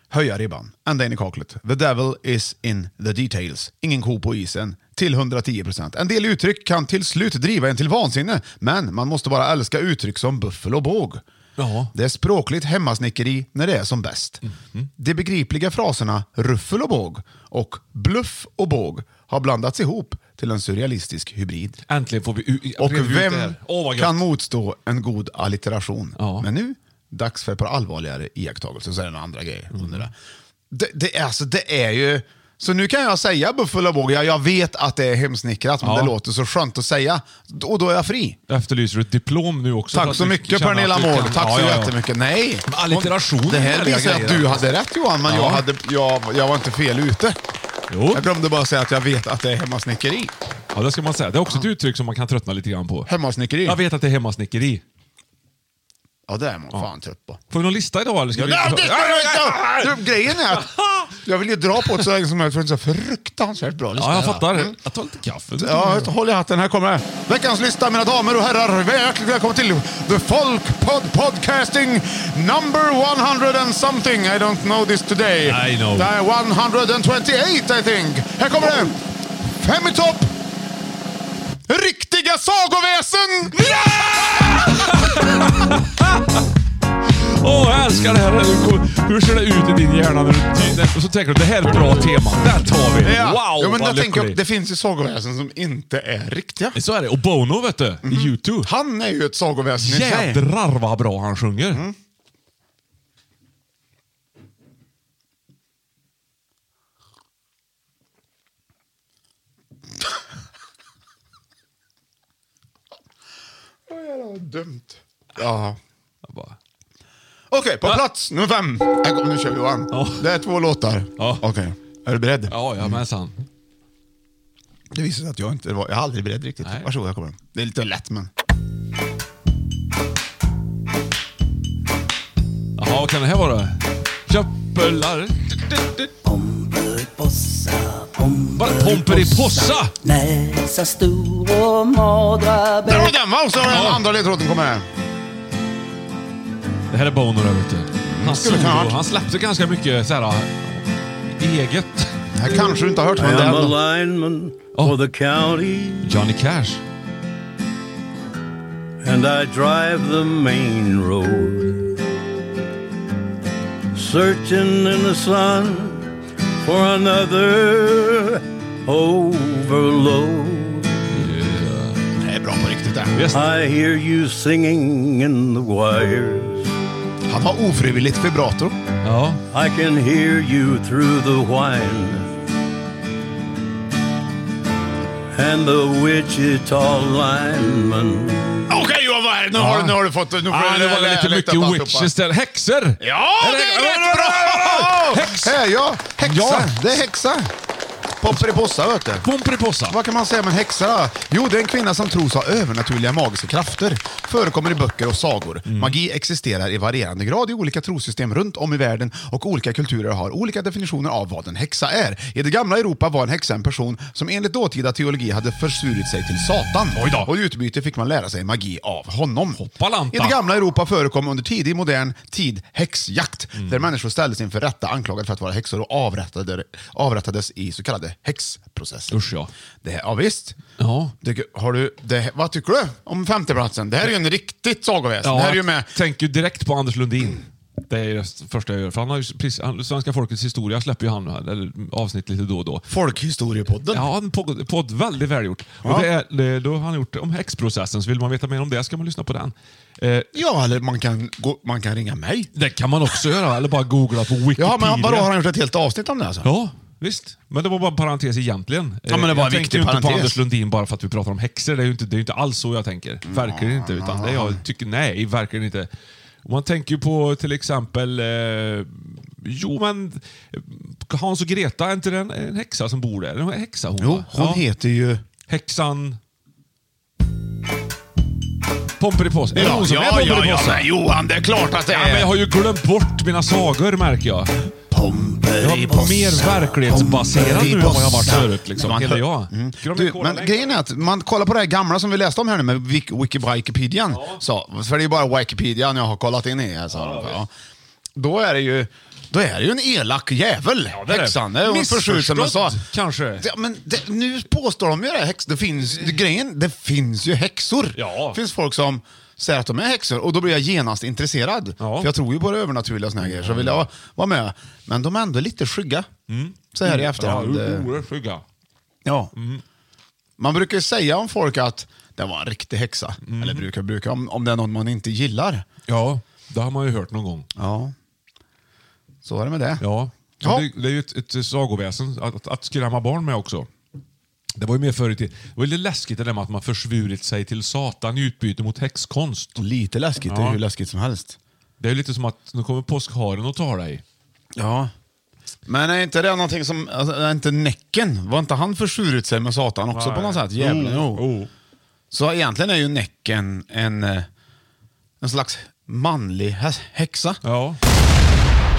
Speaker 2: Höja ribban, ända in i kaklet. The devil is in the details. Ingen ko på isen. Till 110 procent. En del uttryck kan till slut driva en till vansinne, men man måste bara älska uttryck som buffel och båg.
Speaker 1: Ja.
Speaker 2: Det är språkligt hemmasnickeri när det är som bäst. De begripliga fraserna ruffel och båg och bluff och båg har blandats ihop till en surrealistisk hybrid.
Speaker 1: Äntligen får vi u-
Speaker 2: Och
Speaker 1: reda ut det
Speaker 2: vem
Speaker 1: här. Åh, vad gött.
Speaker 2: kan motstå en god allitteration?
Speaker 1: Ja.
Speaker 2: Men nu, dags för ett par allvarligare iakttagelser, så är det några andra grejer
Speaker 1: Mm.
Speaker 2: under det. Det, det, är- alltså, det är ju... Så nu kan jag säga buffel och båg, jag, jag vet att det är hemsnickrat, men
Speaker 1: Ja.
Speaker 2: det låter så skönt att säga. Och då är jag fri.
Speaker 1: Efterlyser du ett diplom nu också? för
Speaker 2: Tack
Speaker 1: att
Speaker 2: så
Speaker 1: du
Speaker 2: mycket
Speaker 1: känner att
Speaker 2: Pernilla
Speaker 1: du kan-
Speaker 2: Mård, tack så
Speaker 1: Ja, ja, ja.
Speaker 2: jättemycket. Nej!
Speaker 1: Men allitteration
Speaker 2: Det
Speaker 1: är
Speaker 2: här
Speaker 1: härliga
Speaker 2: visar att
Speaker 1: grejer,
Speaker 2: du
Speaker 1: alltså.
Speaker 2: hade rätt Johan, men
Speaker 1: Ja.
Speaker 2: jag, hade, jag, jag var inte fel ute.
Speaker 1: Jo,
Speaker 2: Jag glömde bara säga att jag vet att det är hemmasnickeri.
Speaker 1: ja, det ska man säga. Det är också ett uttryck som man kan tröttna lite grann på.
Speaker 2: Hemmasnickeri?
Speaker 1: Jag vet att det är hemmasnickeri.
Speaker 2: Ja, det är man fan trött på.
Speaker 1: Får vi någon lista idag eller ska
Speaker 2: Ja,
Speaker 1: vi...
Speaker 2: nej, det- nej, nej, nej. Grejen är att
Speaker 1: <laughs>
Speaker 2: jag vill ju dra på det så länge som möjligt för det är så fruktansvärt bra lista.
Speaker 1: Ja, jag fattar. Jag tar lite kaffe.
Speaker 2: Mm. Ja, håll i hatten, här kommer det. Veckans lista mina damer och herrar. Hjärtligt välkommen till The Folk Pod Podcasting number 100 and something. I don't know this today.
Speaker 1: I know.
Speaker 2: Det är 128 I think. Här kommer det. Fem i topp. Riktiga sagoväsen!
Speaker 1: Åh, jag älskar det här. Hur, hur ser det ut i din hjärna? När du, och så tänker du, det här är ett bra tema. Där tar vi.
Speaker 2: Ja.
Speaker 1: Wow,
Speaker 2: ja, men
Speaker 1: vad
Speaker 2: jag tänker,
Speaker 1: lycklig.
Speaker 2: Det finns ju sagoväsen som inte är riktiga.
Speaker 1: Så är det. Och Bono, vet du,
Speaker 2: Mhm.
Speaker 1: i YouTube.
Speaker 2: Han är ju ett sagoväsen i sig.
Speaker 1: Jädrar vad bra han sjunger.
Speaker 2: Mm. Åh, jävlar, vad dumt. Ja.
Speaker 1: Jag bara,
Speaker 2: Okej, på plats nummer fem. Här kommer, nu kör vi Johan.
Speaker 1: Ja.
Speaker 2: Det är två låtar.
Speaker 1: Ja.
Speaker 2: Okej, är du beredd?
Speaker 1: Ja, ja,
Speaker 2: Mm.
Speaker 1: men san.
Speaker 2: Det visar sig att jag inte var, jag är aldrig beredd riktigt.
Speaker 1: Nej.
Speaker 2: Varsågod, här kommer den. Det är lite lätt men.
Speaker 1: Jaha, vad kan det här vara? Köppelar. Bara Pomperipossa!
Speaker 3: Näsa stor och magra
Speaker 2: Där var den va? Och så har den andra ledtråden kommer här.
Speaker 1: Det här är Bono där ute. Han, solo,
Speaker 2: skulle kunna ha varit.
Speaker 1: han släppte ganska mycket så här, eget.
Speaker 2: Det här kanske du inte har hört men det är ändå.
Speaker 3: lineman
Speaker 1: Oh. for
Speaker 3: the county
Speaker 1: Johnny Cash.
Speaker 3: and I drive the main road. Searching in the sun for another overload.
Speaker 2: Det är bra på riktigt det här.
Speaker 1: Visst.
Speaker 3: I hear you singing in the wires.
Speaker 2: Han har ofrivilligt vibrato.
Speaker 1: Ja.
Speaker 3: I can hear you through the whine. And the Wichita lineman.
Speaker 2: Okej Johan, vad är det? Nu har,
Speaker 1: Ja.
Speaker 2: du- nu har du fått... Nu får
Speaker 1: Ah,
Speaker 2: du
Speaker 1: det var
Speaker 2: lä-
Speaker 1: lite
Speaker 2: läkta upp
Speaker 1: mycket
Speaker 2: alltihopa.
Speaker 1: witches där. Häxor!
Speaker 2: Ja, det är rätt bra!
Speaker 1: Häx!
Speaker 2: Här, ja, häxa.
Speaker 1: Ja.
Speaker 2: Det är häxa. Pomperipossa vet du.
Speaker 1: Pomperipossa.
Speaker 2: Vad kan man säga om en häxa då? Jo, det är en kvinna som tros ha övernaturliga magiska krafter. Förekommer i böcker och sagor.
Speaker 1: Mm.
Speaker 2: Magi existerar i varierande grad i olika trossystem runt om i världen och olika kulturer har olika definitioner av vad en häxa är. I det gamla Europa var en häxa en person som enligt dåtida teologi hade försurit sig till Satan.
Speaker 1: Oj då.
Speaker 2: Och i utbyte fick man lära sig magi av honom.
Speaker 1: Hoppalanta.
Speaker 2: I det gamla Europa förekom under tidig modern tid häxjakt,
Speaker 1: Mm.
Speaker 2: där människor ställdes inför rätta anklagade för att vara häxor och avrättade, avrättades i så kallade häxprocesser.
Speaker 1: Usch ja.
Speaker 2: Det här, ja visst.
Speaker 1: Ja.
Speaker 2: Det, har du, det, vad tycker du om femteplatsen? Det här är ju en riktigt sagoväsen.
Speaker 1: Ja,
Speaker 2: det här är ju med...
Speaker 1: Tänker ju direkt på Anders Lundin. Det är ju det första jag gör. För han har ju precis, han, Svenska folkets historia släpper ju han eller, avsnitt lite då och då.
Speaker 2: Folkhistoriepodden.
Speaker 1: Ja, en podd, podd väldigt välgjort.
Speaker 2: Ja.
Speaker 1: Och det är, det- då har han gjort om häxprocessen, så vill man veta mer om det ska man lyssna på den. Eh,
Speaker 2: Ja, eller man kan, gå, man kan ringa mig.
Speaker 1: det kan man också göra, eller bara googla på Wikipedia.
Speaker 2: Jaha, men vadå, har han gjort ett helt avsnitt om det alltså?
Speaker 1: Ja, Visst, men det var bara en parentes egentligen.
Speaker 2: Ja, men det var
Speaker 1: jag
Speaker 2: en
Speaker 1: tänker
Speaker 2: viktig
Speaker 1: ju inte på
Speaker 2: parentes.
Speaker 1: Anders Lundin bara för att vi pratar om häxor. Det är ju inte, det är ju inte alls så jag tänker. Verkligen inte. Utan det jag tycker, nej, verkligen inte. Och Man tänker ju på till exempel... Eh, jo, men eh, Hans och Greta, är inte det en, en häxa som bor där? En häxa hon,
Speaker 2: Jo,
Speaker 1: va?
Speaker 2: hon
Speaker 1: Ja.
Speaker 2: heter ju...
Speaker 1: Häxan... Pomperipossa. Är det
Speaker 2: Ja,
Speaker 1: hon som är
Speaker 2: ja, ja,
Speaker 1: Pomperipossa?
Speaker 2: ja, men Johan, det är klart att det
Speaker 1: Ja, men
Speaker 2: är...
Speaker 1: jag har ju glömt bort mina sagor märker jag. Jag var
Speaker 2: Pomperipossa.
Speaker 1: mer verklighetsbaserad nu än vad jag varit förut. Liksom.
Speaker 2: Man-
Speaker 1: Hela jag.
Speaker 2: Mm.
Speaker 1: Skulle de
Speaker 2: Du,
Speaker 1: kolla
Speaker 2: men
Speaker 1: längre?
Speaker 2: grejen är att man kollar på det här gamla som vi läste om här nu med Wik- Wiki- Wikipedia. Så, för det är bara Wikipedia jag har kollat in i. Alltså. Ja, Då är det ju... Då är det ju en elak jävel,
Speaker 1: det är det.
Speaker 2: häxan. Det är hon förskjut som jag sa.
Speaker 1: Missförstådd, kanske.
Speaker 2: Ja, men det, nu påstår de ju det. Häx, det finns, grejen, det finns ju häxor.
Speaker 1: Ja.
Speaker 2: Det finns folk som säger att de är häxor och då blir jag genast intresserad.
Speaker 1: Ja.
Speaker 2: För jag tror ju på det övernaturliga och såna här grejer, så vill jag vara med. Men de är ändå lite skygga. Så här i efterhand.
Speaker 1: Ja,
Speaker 2: eh,
Speaker 1: oerhört skygga.
Speaker 2: Ja. Man brukar ju säga om folk att det var en riktig häxa. Eller brukar bruka, om, om det är någon man inte gillar.
Speaker 1: Ja, det har man ju hört någon gång.
Speaker 2: Ja. Så är det med det.
Speaker 1: Ja.
Speaker 2: Ja.
Speaker 1: Det, det är ju ett, ett sagoväsen att, att, att skrämma barn med också. Det var ju mer förr i tiden. Det var lite läskigt det där med att man försvurit sig till Satan i utbyte mot häxkonst.
Speaker 2: Lite läskigt, det är
Speaker 1: Ja.
Speaker 2: hur läskigt som helst.
Speaker 1: Det är ju lite som att nu kommer påskharen och tar dig.
Speaker 2: Ja. Men är inte det någonting som, alltså, är inte Näcken, var inte han försvurit sig med Satan också på något sätt? Djävulen, jo.
Speaker 1: Oh.
Speaker 2: Så egentligen är ju Näcken en, eh, en slags manlig hä- häxa.
Speaker 1: Ja.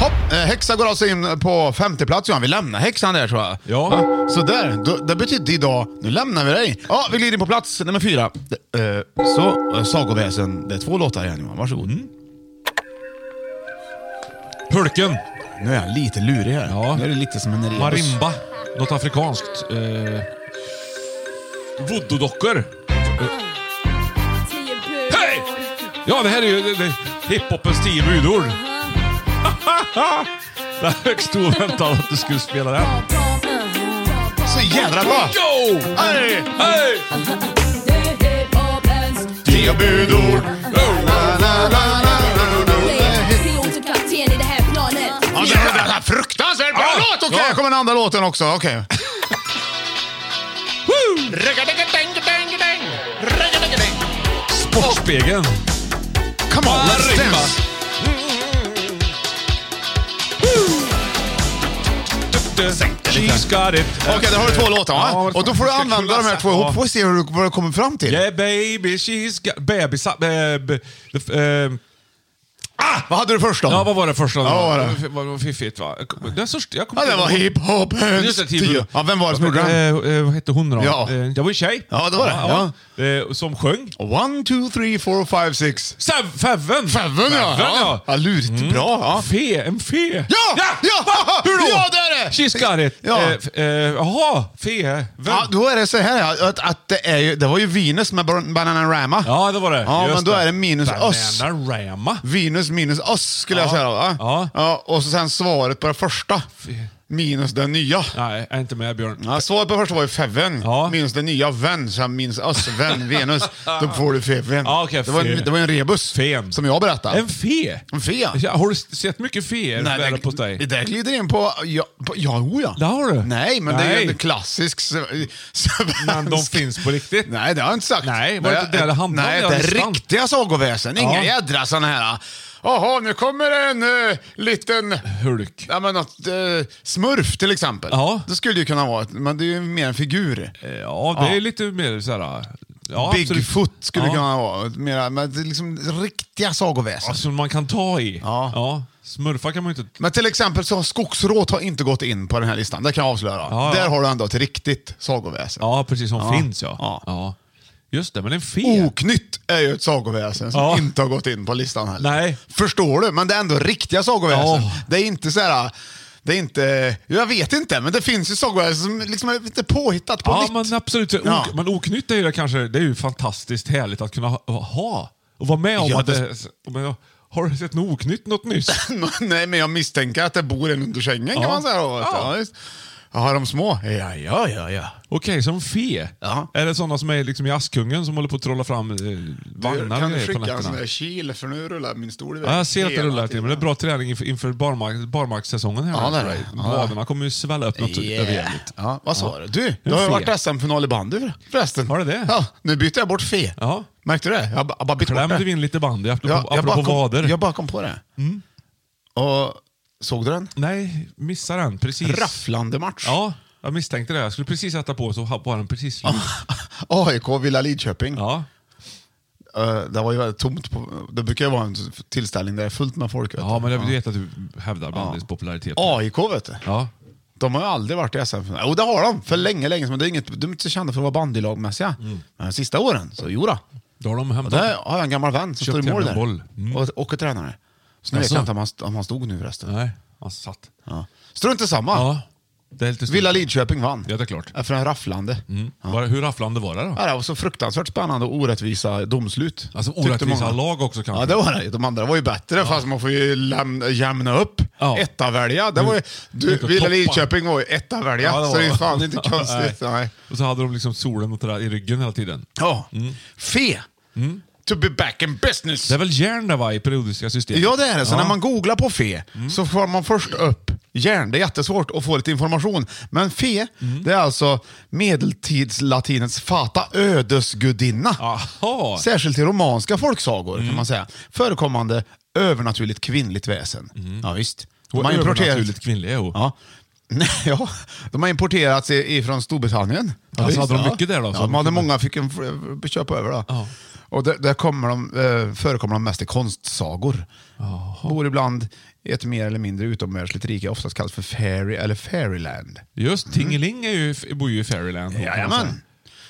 Speaker 2: Hopp, eh, häxa går alltså in på femte plats Johan. Vi lämnar häxan där tror jag.
Speaker 1: Ja.
Speaker 2: Så där, då, det betyder idag, nu lämnar vi dig. Ja, vi glider in på plats nummer fyra. D- eh, så, eh, Sagoväsen. Det är två låtar igen Johan, varsågod.
Speaker 1: Pulken.
Speaker 2: Nu är han lite lurig här.
Speaker 1: Ja.
Speaker 2: Nu är det lite som en rebus.
Speaker 1: Marimba. Något afrikanskt. Eh, Voodoo-dockor. Hej! Ja, det här är ju det- det- hiphopens tio budord. det är högst oväntat att du skulle spela den.
Speaker 2: Så jävla bra!
Speaker 1: Yo!
Speaker 2: Hej!
Speaker 1: Hej!
Speaker 2: Tio budord! Na, na, na, na, na, na. Ja, det här- det här är fruktansvärt bra
Speaker 1: Ja.
Speaker 2: låt! Okej,
Speaker 1: Ja.
Speaker 2: här kommer den andra låten också. Okej.
Speaker 1: Sportspegeln.
Speaker 2: Come on, let's
Speaker 1: Marimba.
Speaker 2: dance!
Speaker 1: She's got it.
Speaker 2: Okej, där har du två låtar va? Och då får du använda de här två ihop. Får vi se hur du- vad du kommer fram till.
Speaker 1: Yeah baby, she's got... Bebisa... eh, b- the- ehm,
Speaker 2: Ah, Vad hade du först då?
Speaker 1: Ja, vad var det första?
Speaker 2: Ja, vad var det?
Speaker 1: det var, var fiffigt va? Jag kom- Den sorts, jag kom
Speaker 2: Ja, det
Speaker 1: inte
Speaker 2: var
Speaker 1: ihåg.
Speaker 2: hiphopens
Speaker 1: Just det,
Speaker 2: tio.
Speaker 1: tio.
Speaker 2: Ja, vem var det som gjorde den?
Speaker 1: Eh, eh, vad hette hon då?
Speaker 2: Ja.
Speaker 1: Eh, det var ju en tjej.
Speaker 2: Ja, det var det,
Speaker 1: Eh, som sjöng.
Speaker 2: One, two, three, four, five, six.
Speaker 1: Sev, Feven!
Speaker 2: Feven ja! Ja, ja lurigt.
Speaker 1: Mm.
Speaker 2: Bra. Ja.
Speaker 1: Fe, en fe.
Speaker 2: Ja! Ja!
Speaker 1: Va? Hur då?
Speaker 2: Ja, det är det!
Speaker 1: She's got it.
Speaker 2: Ja.
Speaker 1: Eh, f- eh, Jaha, fe. Vem?
Speaker 2: Ja, då är det så här ja, att, att det, är ju, det var ju Venus med Ban- Bananarama.
Speaker 1: Ja, det var det.
Speaker 2: Ja,
Speaker 1: Just
Speaker 2: men då är det minus oss.
Speaker 1: Bananarama.
Speaker 2: Venus minus oss skulle jag
Speaker 1: Ja.
Speaker 2: säga. Va?
Speaker 1: Ja.
Speaker 2: ja. Och så sen svaret på det första. Minus den nya.
Speaker 1: Nej, jag är inte med Björn.
Speaker 2: Ja, svaret på det första var ju Feven.
Speaker 1: Ja.
Speaker 2: Minus den nya vän. Sen minus oss,
Speaker 1: <laughs>
Speaker 2: vän, Venus. Då får du Feven.
Speaker 1: Ja, okej,
Speaker 2: det, var en,
Speaker 1: fe.
Speaker 2: det var en rebus.
Speaker 1: Fen.
Speaker 2: Som jag berättade.
Speaker 1: En fe?
Speaker 2: En fe?
Speaker 1: Ja, Har du s- sett mycket feer väder på dig?
Speaker 2: Det där glider in på... Ja, på, ja jo ja.
Speaker 1: Det har du.
Speaker 2: Nej, men det är ju
Speaker 1: Nej.
Speaker 2: en klassisk sve- svensk...
Speaker 1: Men de finns på riktigt.
Speaker 2: Nej, det har jag inte sagt.
Speaker 1: Nej, var det inte det det handlade om?
Speaker 2: Nej,
Speaker 1: Jag
Speaker 2: det
Speaker 1: visste
Speaker 2: är
Speaker 1: han.
Speaker 2: riktiga sagoväsen.
Speaker 1: Ja.
Speaker 2: Inga jädra sådana här... Jaha, nu kommer en eh, liten...
Speaker 1: Hulk.
Speaker 2: Ja, men något, eh, smurf till exempel.
Speaker 1: Ja.
Speaker 2: Det skulle ju kunna vara, ett- men det är ju mer en figur.
Speaker 1: Ja, det är lite mer såhär... Ja,
Speaker 2: Bigfoot
Speaker 1: absolut.
Speaker 2: skulle
Speaker 1: ja.
Speaker 2: kunna vara. Mera, men det är liksom riktiga sagoväsen.
Speaker 1: Ja, som alltså, man kan ta i.
Speaker 2: Ja.
Speaker 1: Smurfar kan man ju inte...
Speaker 2: Men till exempel så har skogsråt har inte gått in på den här listan, det kan jag avslöja.
Speaker 1: ja.
Speaker 2: Där har du ändå ett riktigt sagoväsen.
Speaker 1: Ja, precis. Som
Speaker 2: Ja.
Speaker 1: finns ja.
Speaker 2: Ja.
Speaker 1: Just det, men en fe.
Speaker 2: Oknytt är ju ett sagoväsen som
Speaker 1: Ja.
Speaker 2: inte har gått in på listan heller.
Speaker 1: Nej.
Speaker 2: Förstår du? Men det är ändå riktiga sagoväsen.
Speaker 1: Ja.
Speaker 2: Det är inte så här... Det är inte... Jag vet inte, men det finns ju sagoväsen som liksom är lite påhittat på
Speaker 1: Ja,
Speaker 2: nytt. <laughs>
Speaker 1: men absolut. Så
Speaker 2: Ja.
Speaker 1: Ok, men oknytt är ju det kanske, det är ju fantastiskt härligt att kunna ha- ha och vara med om
Speaker 2: Ja,
Speaker 1: att
Speaker 2: det-
Speaker 1: det... Men, har du sett något
Speaker 2: <laughs>
Speaker 1: oknytt något nyss?
Speaker 2: Nej, men jag misstänker att det bor en under sängen kan
Speaker 1: Ja.
Speaker 2: man säga. Då, vet du.
Speaker 1: Ja.
Speaker 2: Ja. visst. Jaha, de små? Ja, ja, ja, ja.
Speaker 1: Okej, som fe?
Speaker 2: Ja.
Speaker 1: Är det sådana som är liksom i Askungen som håller på att trolla fram eh,
Speaker 2: Du,
Speaker 1: vagnar
Speaker 2: kan du
Speaker 1: ner på
Speaker 2: skicka en sån
Speaker 1: nätterna?
Speaker 2: där kil, för nu rullar min stol iväg.
Speaker 1: Ja, jag ser att det
Speaker 2: hela
Speaker 1: rullar till, men det är
Speaker 2: tiden.
Speaker 1: bra träning inf- inför barmark- barmarkssäsongen här. nu,
Speaker 2: Ja, det är
Speaker 1: tror jag.
Speaker 2: det. Ja.
Speaker 1: Vaderna kommer ju svälla upp något
Speaker 2: Yeah.
Speaker 1: överjävligt.
Speaker 2: Ja, vad sa du? Du,
Speaker 1: En
Speaker 2: det har ju
Speaker 1: fe.
Speaker 2: varit SM-final i bandy för- förresten.
Speaker 1: Har det det?
Speaker 2: Ja, nu byter jag bort fe.
Speaker 1: Ja.
Speaker 2: Märkte du det? Jag har bara bytt bort
Speaker 1: Klämde
Speaker 2: det.
Speaker 1: vi in lite bandy apropå,
Speaker 2: jag, jag, bara
Speaker 1: apropå
Speaker 2: kom,
Speaker 1: vader? Mm.
Speaker 2: jag bara kom på det. Och, såg du den?
Speaker 1: Nej, missade den precis.
Speaker 2: Rafflande match. <laughs>
Speaker 1: Ja, jag misstänkte det. Jag skulle precis sätta på så ha- var den precis slut.
Speaker 2: AIK, Villa Lidköping.
Speaker 1: Ja.
Speaker 2: Eh, det var ju väldigt tomt. På, det brukar ju vara en tillställning där det är fullt med folk. vet
Speaker 1: ja,
Speaker 2: du.
Speaker 1: men jag vet att du hävdar bandyns popularitet.
Speaker 2: AIK vet du.
Speaker 1: Ja.
Speaker 2: De har ju aldrig varit i SM-final. Jo, det har de. För länge, länge sedan. Men det är inget, de är inte så kända för att vara bandylagmässiga.
Speaker 1: Mm.
Speaker 2: Men de sista åren, så jo då.
Speaker 1: Då har de
Speaker 2: Och
Speaker 1: hämtat...
Speaker 2: där har jag en gammal vän som
Speaker 1: Köpte
Speaker 2: står i mål
Speaker 1: hem
Speaker 2: där.
Speaker 1: en Mm. boll. Mm.
Speaker 2: Och, och är tränare. Så nu vet
Speaker 1: Alltså.
Speaker 2: jag inte om han, om han stod nu förresten.
Speaker 1: Nej, han satt.
Speaker 2: Ja. Strunt i samma.
Speaker 1: Ja. Det är lite
Speaker 2: Ah. Villa Lidköping vann.
Speaker 1: Ja, det är klart. Mm.
Speaker 2: Efter en rafflande.
Speaker 1: Var, hur rafflande var det då?
Speaker 2: Ja, det var så fruktansvärt spännande och orättvisa domslut.
Speaker 1: Alltså
Speaker 2: tyckte
Speaker 1: orättvisa
Speaker 2: många.
Speaker 1: lag också kanske?
Speaker 2: Ja, det var det. De andra var ju bättre, fast man får ju lämna, jämna upp.
Speaker 1: Ja.
Speaker 2: Etta välja. Det var ju,
Speaker 1: Mm.
Speaker 2: du, Villa
Speaker 1: Toppa.
Speaker 2: Lidköping var ju etta välja,
Speaker 1: <laughs> Ja,
Speaker 2: så det är
Speaker 1: var-
Speaker 2: fan inte konstigt.
Speaker 1: Nej.
Speaker 2: Nej.
Speaker 1: Och så hade de liksom solen och det där i ryggen hela tiden.
Speaker 2: Ja. Fe. To be back in business.
Speaker 1: Mm. Det är väl järn där va, i periodiska systemet?
Speaker 2: Ja, det är det. Så
Speaker 1: Ja. Mm.
Speaker 2: när man googlar på fe så får man först upp järn. Det är jättesvårt att få lite information. Men fe,
Speaker 1: Mm.
Speaker 2: det är alltså medeltidslatinets fata, ödesgudinna.
Speaker 1: Jaha. Mm.
Speaker 2: Särskilt i romanska folksagor kan man säga. Förekommande övernaturligt kvinnligt väsen. Ja, visst.
Speaker 1: Mm. Och
Speaker 2: har importerat-
Speaker 1: övernaturligt kvinnliga, jo.
Speaker 2: Ja. Nej, ja, de har importerats i- ifrån Storbritannien. Ja,
Speaker 1: Alltså,
Speaker 2: visst,
Speaker 1: hade de
Speaker 2: ja.
Speaker 1: mycket där då?
Speaker 2: Ja,
Speaker 1: Så
Speaker 2: de
Speaker 1: de
Speaker 2: hade
Speaker 1: kunde-
Speaker 2: många, fick en f- köpa över. Då.
Speaker 1: Ja.
Speaker 2: Och där, där kommer de, eh, förekommer de mest i konstsagor. Bor ibland i ett mer eller mindre utomvärldsligt rike, oftast kallat för fairy eller fairyland.
Speaker 1: Just Tingeling är ju, bor ju i Fairyland. kan man säga.
Speaker 2: Mm. Jajamän.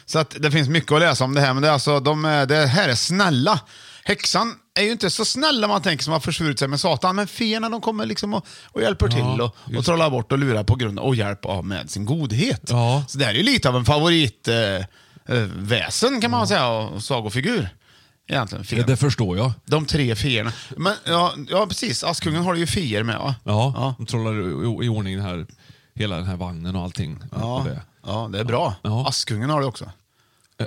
Speaker 2: Så att det finns mycket att läsa om det här, men det, är alltså, de, är- det här är snälla. Häxan är ju inte så snäll om man tänker som har försvurit sig med Satan, men feerna de kommer liksom och, och hjälper till och, och trollar bort och lurar på grund och hjälp av med sin godhet.
Speaker 1: Ja.
Speaker 2: Så det här är ju lite av en favoritväsen eh, väsen kan man säga, och, och sagofigur. Egentligen,
Speaker 1: Ja,
Speaker 2: feerna.
Speaker 1: det förstår jag.
Speaker 2: De tre feerna. Men, ja, ja, precis. Askungen har ju feer med va?
Speaker 1: Ja, De trollar i- i ordning den här, hela den här vagnen och allting. Och
Speaker 2: Ja,
Speaker 1: det.
Speaker 2: ja, det är bra.
Speaker 1: Ja.
Speaker 2: Askungen har det också.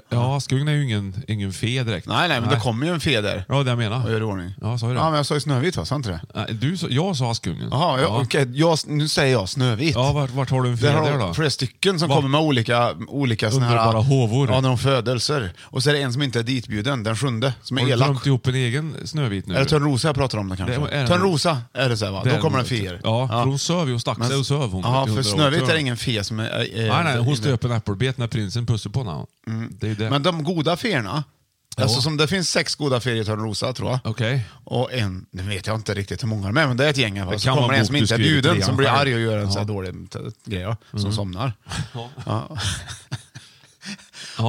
Speaker 1: ja Askungen är ju ingen, ingen fe direkt.
Speaker 2: Nej, nej, men det kommer ju en fe där.
Speaker 1: Ja, det jag menar.
Speaker 2: Och gör i ordning.
Speaker 1: Ja, sa jag det?
Speaker 2: Ja, men jag sa ju Snövit va? Sa jag inte det?
Speaker 1: Nej, du, sa- jag sa Askungen.
Speaker 2: Jaha, ja. okej. Jag, nu säger jag Snövit.
Speaker 1: Ja, vart, vart har du en fe
Speaker 2: det
Speaker 1: där
Speaker 2: har
Speaker 1: då?
Speaker 2: flera stycken som
Speaker 1: Va?
Speaker 2: kommer med olika, olika såna här...
Speaker 1: Underbara håvor.
Speaker 2: Ja, när de födelser. Och så är det en som inte är ditbjuden, den sjunde, som
Speaker 1: Har
Speaker 2: är
Speaker 1: du
Speaker 2: elak.
Speaker 1: drömt ihop en egen Snövit nu?
Speaker 2: Är det Törnrosa jag pratar om det kanske?
Speaker 1: Det är- är det-
Speaker 2: Törnrosa är det så här, va?
Speaker 1: Det
Speaker 2: Då
Speaker 1: är
Speaker 2: kommer
Speaker 1: det
Speaker 2: en feer.
Speaker 1: Ja, för hon söv ju och stack sig och söv hon i
Speaker 2: Ja,
Speaker 1: hundra år,
Speaker 2: för Snövit
Speaker 1: tror
Speaker 2: är
Speaker 1: jag.
Speaker 2: det ingen fe som är... är
Speaker 1: Nej, nej,
Speaker 2: inne.
Speaker 1: hon stöp en äppelbet när prinsen pussade på henne. Det är ju det.
Speaker 2: Men de goda feerna, alltså som det finns sex goda feer i Törnrosa tror jag.
Speaker 1: Okej.
Speaker 2: Och en, nu vet jag inte riktigt hur många de är, men det är ett gäng i alla
Speaker 1: Det
Speaker 2: fall. Så
Speaker 1: kan
Speaker 2: kommer
Speaker 1: vara
Speaker 2: en
Speaker 1: bok
Speaker 2: som
Speaker 1: du
Speaker 2: inte är
Speaker 1: skriver
Speaker 2: bjuden,
Speaker 1: trean
Speaker 2: som blir
Speaker 1: själv.
Speaker 2: arg och gör
Speaker 1: Ja.
Speaker 2: en
Speaker 1: Mm.
Speaker 2: sån här dålig t- grej, va? som somnar. Ja.
Speaker 1: Ja.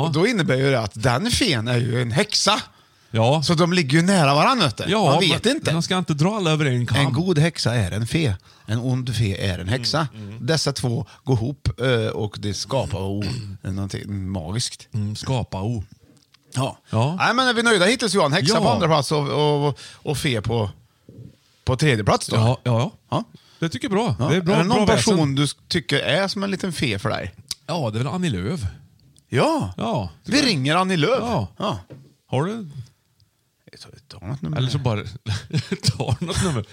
Speaker 2: Och då innebär ju det att den fen är ju en häxa.
Speaker 1: Ja.
Speaker 2: Så de ligger ju nära varandra, vet du.
Speaker 1: ja,
Speaker 2: Man vet
Speaker 1: men-
Speaker 2: inte.
Speaker 1: Man ska inte dra alla över en kam.
Speaker 2: En god häxa är en fe. En ond fe är en häxa.
Speaker 1: Mm,
Speaker 2: Dessa två går ihop eh, och det skapar oh, någonting magiskt.
Speaker 1: Mm, skapa o.
Speaker 2: Ja.
Speaker 1: Ja.
Speaker 2: Nej, men är vi nöjda hittills Johan? Häxa
Speaker 1: Ja.
Speaker 2: på andra plats och, och, och fe på, på tredje plats då?
Speaker 1: Ja, ja,
Speaker 2: Ja.
Speaker 1: ja. Det tycker jag är bra.
Speaker 2: Ja.
Speaker 1: Det är bra,
Speaker 2: det någon
Speaker 1: bra
Speaker 2: person
Speaker 1: väsen.
Speaker 2: du tycker är som en liten fe för dig?
Speaker 1: Ja, det är väl Annie Lööf.
Speaker 2: Ja.
Speaker 1: Ja.
Speaker 2: Vi ringer Annie Lööf.
Speaker 1: Ja. Har du?
Speaker 2: Ta något nummer.
Speaker 1: Eller så bara <laughs> tar något nummer.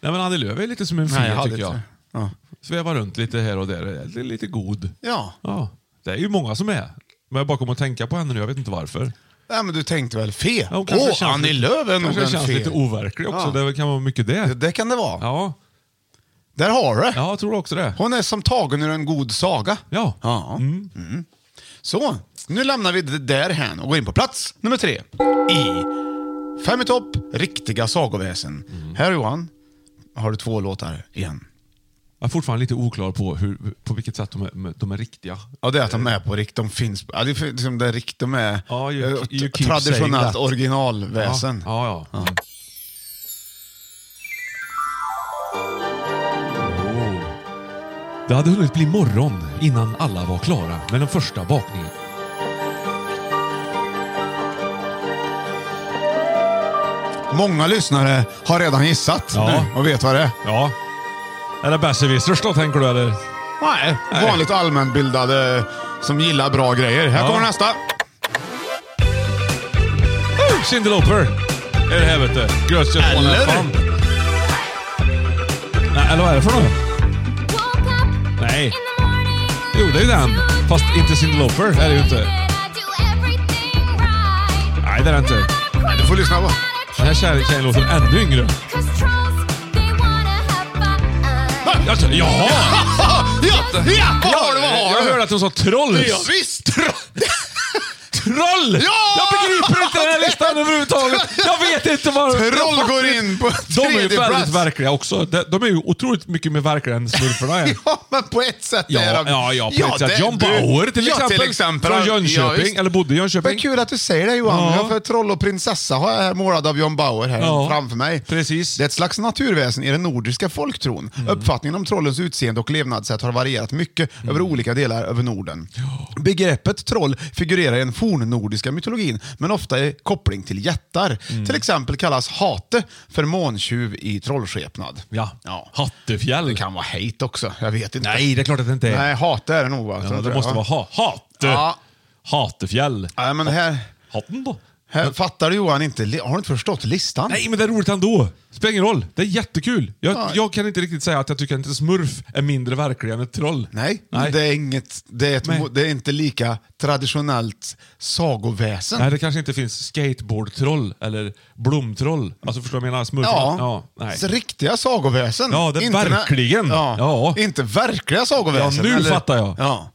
Speaker 1: Nej, men Annie Lööf är lite som en
Speaker 2: Nej, jag
Speaker 1: fe
Speaker 2: hade
Speaker 1: tycker jag.
Speaker 2: inte. Ja.
Speaker 1: Svävar runt lite här och där. Är Lite god.
Speaker 2: Ja.
Speaker 1: Ja. Det är ju många som är. Men jag bara kommer att tänka på henne nu. Jag vet inte varför.
Speaker 2: Nej, men du tänkte väl fe?
Speaker 1: Ja, hon
Speaker 2: Åh,
Speaker 1: kanske känns
Speaker 2: Annie
Speaker 1: lite-
Speaker 2: Lööf är nog
Speaker 1: Kanske
Speaker 2: en
Speaker 1: känns
Speaker 2: fe.
Speaker 1: lite overklig också.
Speaker 2: Ja.
Speaker 1: Det kan vara mycket
Speaker 2: Det,
Speaker 1: det.
Speaker 2: det kan det vara.
Speaker 1: Ja,
Speaker 2: Där har du
Speaker 1: ja jag tror också det.
Speaker 2: Hon är som tagen ur en god saga.
Speaker 1: Ja.
Speaker 2: ja. Mm. Så, nu lämnar vi det där hän och går in på plats nummer tre. I Fem i topp, riktiga sagoväsen.
Speaker 1: Mm.
Speaker 2: Här Johan, har du två låtar igen.
Speaker 1: Jag är fortfarande lite oklar på hur, på vilket sätt de är, de är riktiga.
Speaker 2: Ja, det är att de är på rikt, de finns, ja, det är för- liksom det är rikt, de är
Speaker 1: Ja, you-
Speaker 2: eh,
Speaker 1: you
Speaker 2: t-
Speaker 1: keep saying
Speaker 2: traditionellt
Speaker 1: that.
Speaker 2: originalväsen.
Speaker 1: Ja, ja. ja. Mm. Oh. Det hade hunnit bli morgon innan alla var klara med den första bakningen.
Speaker 2: Många lyssnare har redan gissat
Speaker 1: Ja.
Speaker 2: nu och vet vad det är.
Speaker 1: Ja. Är det besserwissers då, tänker du? Eller?
Speaker 2: Nej, vanligt allmänbildade som gillar bra grejer. Här
Speaker 1: Ja.
Speaker 2: kommer nästa.
Speaker 1: Oh, Cyndi Lauper! Är det här vet du. Girls just wanna have
Speaker 2: Eller?
Speaker 1: fun. Nej, eller vad är det för något? Nej. Jo, det är ju den. Fast inte Cyndi Lauper är det ju inte. Nej, det är det inte.
Speaker 2: Nej, du får lyssna på.
Speaker 1: Den här tjejen tjejen låter ännu yngre. Jag känner, jaha!
Speaker 2: Ja, ja, ja, vad har du, vad har
Speaker 1: jag
Speaker 2: du?
Speaker 1: hörde att hon sa trolls.
Speaker 2: Ja, visst!
Speaker 1: Troll!
Speaker 2: Ja!
Speaker 1: Jag begriper inte den här listan överhuvudtaget. Jag vet inte vad... jag
Speaker 2: Troll
Speaker 1: fattar
Speaker 2: går in på
Speaker 1: De är ju
Speaker 2: tredje
Speaker 1: väldigt
Speaker 2: plats.
Speaker 1: verkliga också. De, de är ju otroligt mycket mer verkliga än smurfarna är.
Speaker 2: <laughs> Ja, men på ett sätt
Speaker 1: Ja,
Speaker 2: är de...
Speaker 1: ja, ja, på ett sätt.
Speaker 2: det-
Speaker 1: John
Speaker 2: du-
Speaker 1: Bauer till,
Speaker 2: ja,
Speaker 1: exempel,
Speaker 2: till exempel.
Speaker 1: Från
Speaker 2: Ja,
Speaker 1: Jönköping,
Speaker 2: visst.
Speaker 1: eller bodde i Jönköping.
Speaker 2: Vad kul att du säger det Johan.
Speaker 1: Ja.
Speaker 2: Ja. För troll och prinsessa har jag här målad av John Bauer här
Speaker 1: Ja,
Speaker 2: framför mig.
Speaker 1: precis. Mm.
Speaker 2: Det är ett slags naturväsen i den nordiska folktron. Uppfattningen om trollens utseende och levnadssätt har varierat mycket över olika delar över Norden. Begreppet troll figurerar i den fornnordiska mytologin, men ofta i koppling till jättar.
Speaker 1: Mm.
Speaker 2: Till exempel kallas hate för måntjuv i trollskepnad.
Speaker 1: Ja.
Speaker 2: ja.
Speaker 1: Hattefjäll.
Speaker 2: Det kan vara hate också, jag vet inte.
Speaker 1: Nej, det är klart att det inte är.
Speaker 2: Nej, hate är det nog va?
Speaker 1: ja,
Speaker 2: tror jag,
Speaker 1: det måste
Speaker 2: va?
Speaker 1: vara ha, hate.
Speaker 2: Ja.
Speaker 1: Hatefjäll.
Speaker 2: Nej, men här...
Speaker 1: Hatten då?
Speaker 2: Här, fattar du Johan inte? li- Har du inte förstått listan?
Speaker 1: Nej, men det är roligt ändå. Spelar ingen roll. Det är jättekul. Jag,
Speaker 2: Ja.
Speaker 1: jag kan inte riktigt säga att jag tycker att en smurf är mindre verklig än ett troll.
Speaker 2: Nej,
Speaker 1: Nej.
Speaker 2: Det, är inget, det, är ett,
Speaker 1: Nej.
Speaker 2: mo- det är inte lika traditionellt sagoväsen.
Speaker 1: Nej, det kanske inte finns skateboardtroll eller blomtroll. Alltså förstår du vad jag menar? Smurfarna.
Speaker 2: Ja,
Speaker 1: nej.
Speaker 2: Så riktiga sagoväsen.
Speaker 1: Ja, det är
Speaker 2: när-
Speaker 1: verkligen.
Speaker 2: Ja,
Speaker 1: Ja.
Speaker 2: Inte verkliga sagoväsen.
Speaker 1: Ja, nu fattar jag.
Speaker 2: Ja.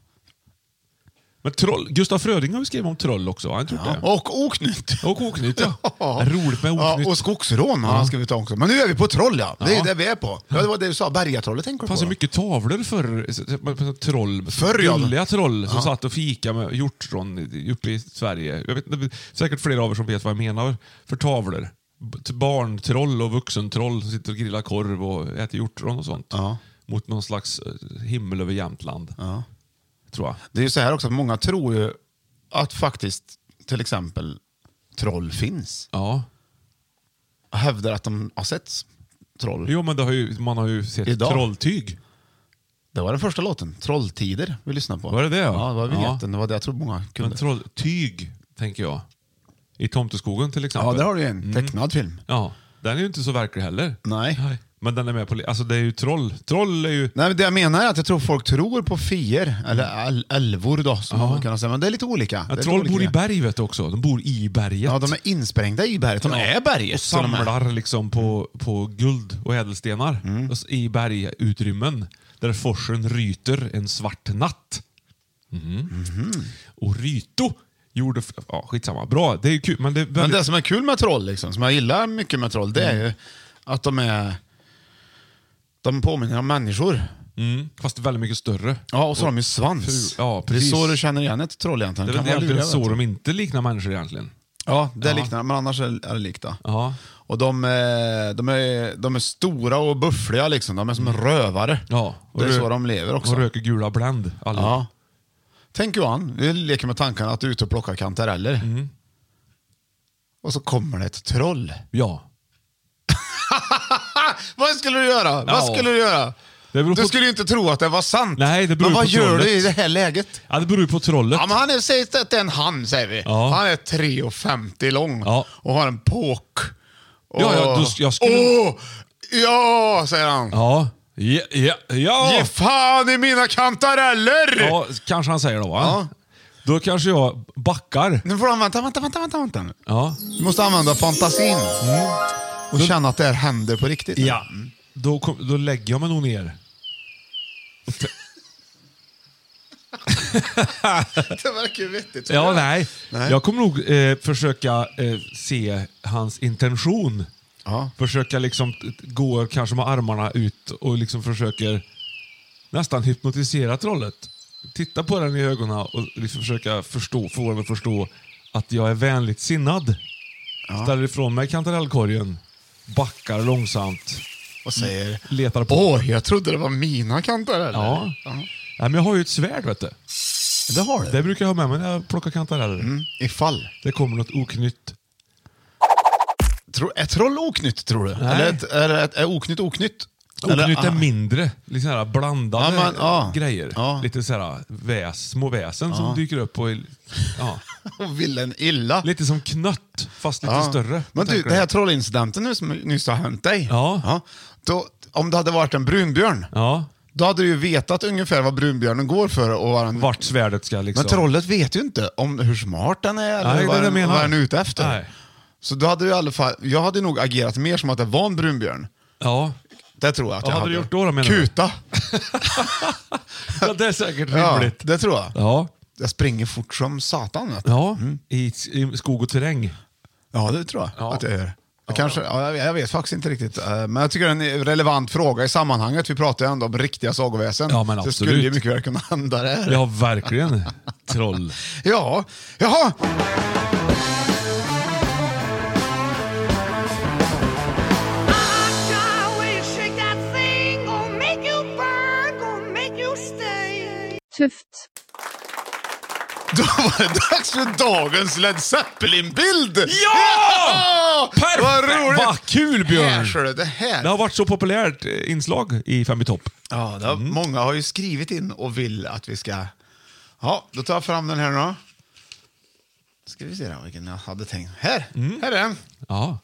Speaker 1: Men troll, Gustaf Fröding har ju skrivit om troll också. Har han inte gjort det?
Speaker 2: Och oknytt.
Speaker 1: Och oknytt, ja. Roligt med
Speaker 2: <laughs> Ja,
Speaker 1: oknytt.
Speaker 2: och skogsrån har han skrivit om också. Men nu är vi på troll ja. Det är det vi är på. Ja, det var det du sa. Bergatrollet tänker
Speaker 1: Det
Speaker 2: du
Speaker 1: fanns
Speaker 2: på.
Speaker 1: ju
Speaker 2: då?
Speaker 1: mycket tavlor förr. Troll.
Speaker 2: Förr, ja.
Speaker 1: Gulliga troll som satt och fika med hjortron i- uppe i Sverige. Jag vet, inte, säkert flera av er som vet vad jag menar för tavlor. B- Barntroll och vuxentroll som sitter och grillar korv och äter hjortron och sånt.
Speaker 2: Ja.
Speaker 1: Mot någon slags eh, himmel över Jämtland.
Speaker 2: Ja.
Speaker 1: Tror jag.
Speaker 2: Det är ju så här också att många tror ju att faktiskt till exempel troll finns.
Speaker 1: Ja.
Speaker 2: hävdar att de har sett troll.
Speaker 1: Jo, men det har ju, man har ju sett
Speaker 2: Idag.
Speaker 1: trolltyg.
Speaker 2: Det var den första låten, Trolltider, vi lyssnade på.
Speaker 1: Var det det, ja?
Speaker 2: Ja, det var
Speaker 1: Ja.
Speaker 2: vignetten. Det var det jag tror många kunde.
Speaker 1: Men trolltyg, tänker jag. I Tomteskogen till exempel.
Speaker 2: ja, där har du ju
Speaker 1: Mm.
Speaker 2: en tecknad film.
Speaker 1: Ja, den är ju inte så verklig heller.
Speaker 2: Nej.
Speaker 1: Men den är med på... li- Alltså det är ju troll. Troll är ju...
Speaker 2: Nej, men det jag menar är att jag tror folk tror på fier, eller
Speaker 1: Mm.
Speaker 2: äl- älvor då, som man kan säga. Men det är lite olika.
Speaker 1: Ja,
Speaker 2: det är
Speaker 1: troll
Speaker 2: lite
Speaker 1: bor i
Speaker 2: olika.
Speaker 1: berg vet du också. De bor i berget.
Speaker 2: Ja, de är insprängda i berget. De
Speaker 1: Ja.
Speaker 2: är berget.
Speaker 1: Och
Speaker 2: till och med.
Speaker 1: samlar liksom på, på guld och ädelstenar
Speaker 2: Mm.
Speaker 1: Och s- i bergutrymmen. Där forsen ryter en svart natt. Mhm.
Speaker 2: Mhm.
Speaker 1: Och Ryto gjorde... f- Ja, skitsamma. Bra, det är ju kul. Men det är
Speaker 2: Men
Speaker 1: väldigt...
Speaker 2: det som är kul med troll, liksom, som jag gillar mycket med troll, det är ju att de är... De påminner om människor.
Speaker 1: mm, fast väldigt mycket större.
Speaker 2: Ja, och så har de ju svans.
Speaker 1: Ful- ja,
Speaker 2: det är
Speaker 1: precis.
Speaker 2: så du känner igen ett troll egentligen.
Speaker 1: Det är
Speaker 2: Kan
Speaker 1: väl
Speaker 2: vara
Speaker 1: egentligen
Speaker 2: luriga, vet
Speaker 1: så
Speaker 2: du.
Speaker 1: de inte liknar människor egentligen.
Speaker 2: Ja, det
Speaker 1: Ja.
Speaker 2: liknar men annars är är det likt. då.
Speaker 1: Ja.
Speaker 2: Och de, eh, de, är, de är stora och buffliga, liksom. de är som rövare.
Speaker 1: Ja, och
Speaker 2: det är
Speaker 1: rö-
Speaker 2: så de lever också.
Speaker 1: Och röker gula Blend. Alla.
Speaker 2: ja. Tänk Johan, vi leker med tanken att du är ute och plockar kantareller. Och så kommer det ett troll.
Speaker 1: ja.
Speaker 2: Vad skulle du göra?
Speaker 1: Ja.
Speaker 2: Vad skulle du göra?
Speaker 1: Det beror
Speaker 2: Du
Speaker 1: på-
Speaker 2: skulle ju inte tro att det var sant.
Speaker 1: Nej, det beror
Speaker 2: men vad
Speaker 1: på
Speaker 2: gör
Speaker 1: trollet.
Speaker 2: du i det här läget?
Speaker 1: Ja, det beror ju på trollet.
Speaker 2: Ja, men han är, sägs det att det är en han, säger vi.
Speaker 1: Ja.
Speaker 2: Han är 3,50 lång
Speaker 1: Ja.
Speaker 2: och har en påk. Och...
Speaker 1: Ja, ja, då- jag skulle-
Speaker 2: Åh! Ja, säger han.
Speaker 1: Ja. Ja, ja, ja.
Speaker 2: Ge fan i mina kantareller!
Speaker 1: ja, kanske han säger då va?
Speaker 2: Ja.
Speaker 1: Då kanske jag backar.
Speaker 2: Nu får du använda... Vänta, vänta, vänta, vänta nu.
Speaker 1: Ja.
Speaker 2: Du måste använda fantasin.
Speaker 1: Mm.
Speaker 2: Och känna att det här händer på riktigt. nu.
Speaker 1: Då, kom, då lägger jag mig nog ner.
Speaker 2: <laughs> Det verkar ju vettigt.
Speaker 1: Ja, nej.
Speaker 2: Nej.
Speaker 1: Jag kommer nog eh, försöka eh, se hans intention.
Speaker 2: Ja.
Speaker 1: Försöka liksom t- t- gå kanske med armarna ut och liksom försöker nästan hypnotisera trollet. Titta på den i ögonen och liksom försöka förstå, få den att förstå att jag är vänligt sinnad. Ställer ifrån mig kantarellkorgen, backar långsamt,
Speaker 2: Och säger...
Speaker 1: letar på.
Speaker 2: Åh, jag trodde det var mina kantareller.
Speaker 1: Ja. Nej, men jag har ju ett svärd, vet du.
Speaker 2: Det har du. Mm.
Speaker 1: Det brukar jag ha med mig när jag plockar kantareller.
Speaker 2: Ifall.
Speaker 1: Det kommer något oknytt.
Speaker 2: Tro, är troll oknytt tror du? Eller ett, är, ett, är oknytt oknytt? Eller,
Speaker 1: Oknytt är
Speaker 2: ah.
Speaker 1: mindre. Lite sådana här blandade
Speaker 2: Ja, men, ja.
Speaker 1: grejer.
Speaker 2: Ja.
Speaker 1: Lite sådär väs, små väsen som dyker upp. Och, ja.
Speaker 2: <laughs> Och vill en illa.
Speaker 1: Lite som knött, fast lite
Speaker 2: Ja.
Speaker 1: större.
Speaker 2: Men du,
Speaker 1: tänker
Speaker 2: det här
Speaker 1: jag.
Speaker 2: trollincidenten nu som nyss har hänt dig.
Speaker 1: Ja.
Speaker 2: då, om det hade varit en brunbjörn,
Speaker 1: Ja,
Speaker 2: då hade du ju vetat ungefär vad brunbjörnen går för. Och vad den,
Speaker 1: vart svärdet ska liksom...
Speaker 2: men trollet vet ju inte om hur smart den är eller
Speaker 1: Nej, det är
Speaker 2: vad,
Speaker 1: det jag
Speaker 2: den,
Speaker 1: menar.
Speaker 2: vad den är ute efter.
Speaker 1: Nej.
Speaker 2: Så då hade du i alla fall, jag hade nog agerat mer som att det var en brunbjörn.
Speaker 1: Ja.
Speaker 2: Det tror jag att
Speaker 1: Vad
Speaker 2: jag
Speaker 1: hade du gjort då, då, menar du?
Speaker 2: Kuta.
Speaker 1: ja, det är säkert <laughs>
Speaker 2: Ja,
Speaker 1: rimligt.
Speaker 2: det tror jag.
Speaker 1: Ja,
Speaker 2: Jag springer fort som satan. Vet du.
Speaker 1: ja. I, i skog och terräng.
Speaker 2: Ja, det tror jag
Speaker 1: Ja.
Speaker 2: att jag gör. Jag, kanske, ja, jag vet- jag vet faktiskt inte riktigt, eh, men jag tycker det är en relevant fråga i sammanhanget. Vi pratar ju ändå om riktiga sagoväsen.
Speaker 1: Ja, men
Speaker 2: det
Speaker 1: absolut.
Speaker 2: skulle ju mycket väl kunna hända det här.
Speaker 1: Ja, verkligen. Troll.
Speaker 2: Ja, jaha!
Speaker 4: Tufft.
Speaker 2: Då var det dags för dagens Led Zeppelin-bild!
Speaker 1: Ja! Perfekt!
Speaker 2: Vad roligt!
Speaker 1: Vad kul, Björn!
Speaker 2: Här, ser du, det här.
Speaker 1: Det har varit så populärt eh, inslag i Fem i topp.
Speaker 2: Ja, det har,
Speaker 1: Mm.
Speaker 2: Många har ju skrivit in och vill att vi ska... Ja, då tar jag fram den här nu då. Ska vi se då, vilken jag hade tänkt. Här! Här är den.
Speaker 1: Ja.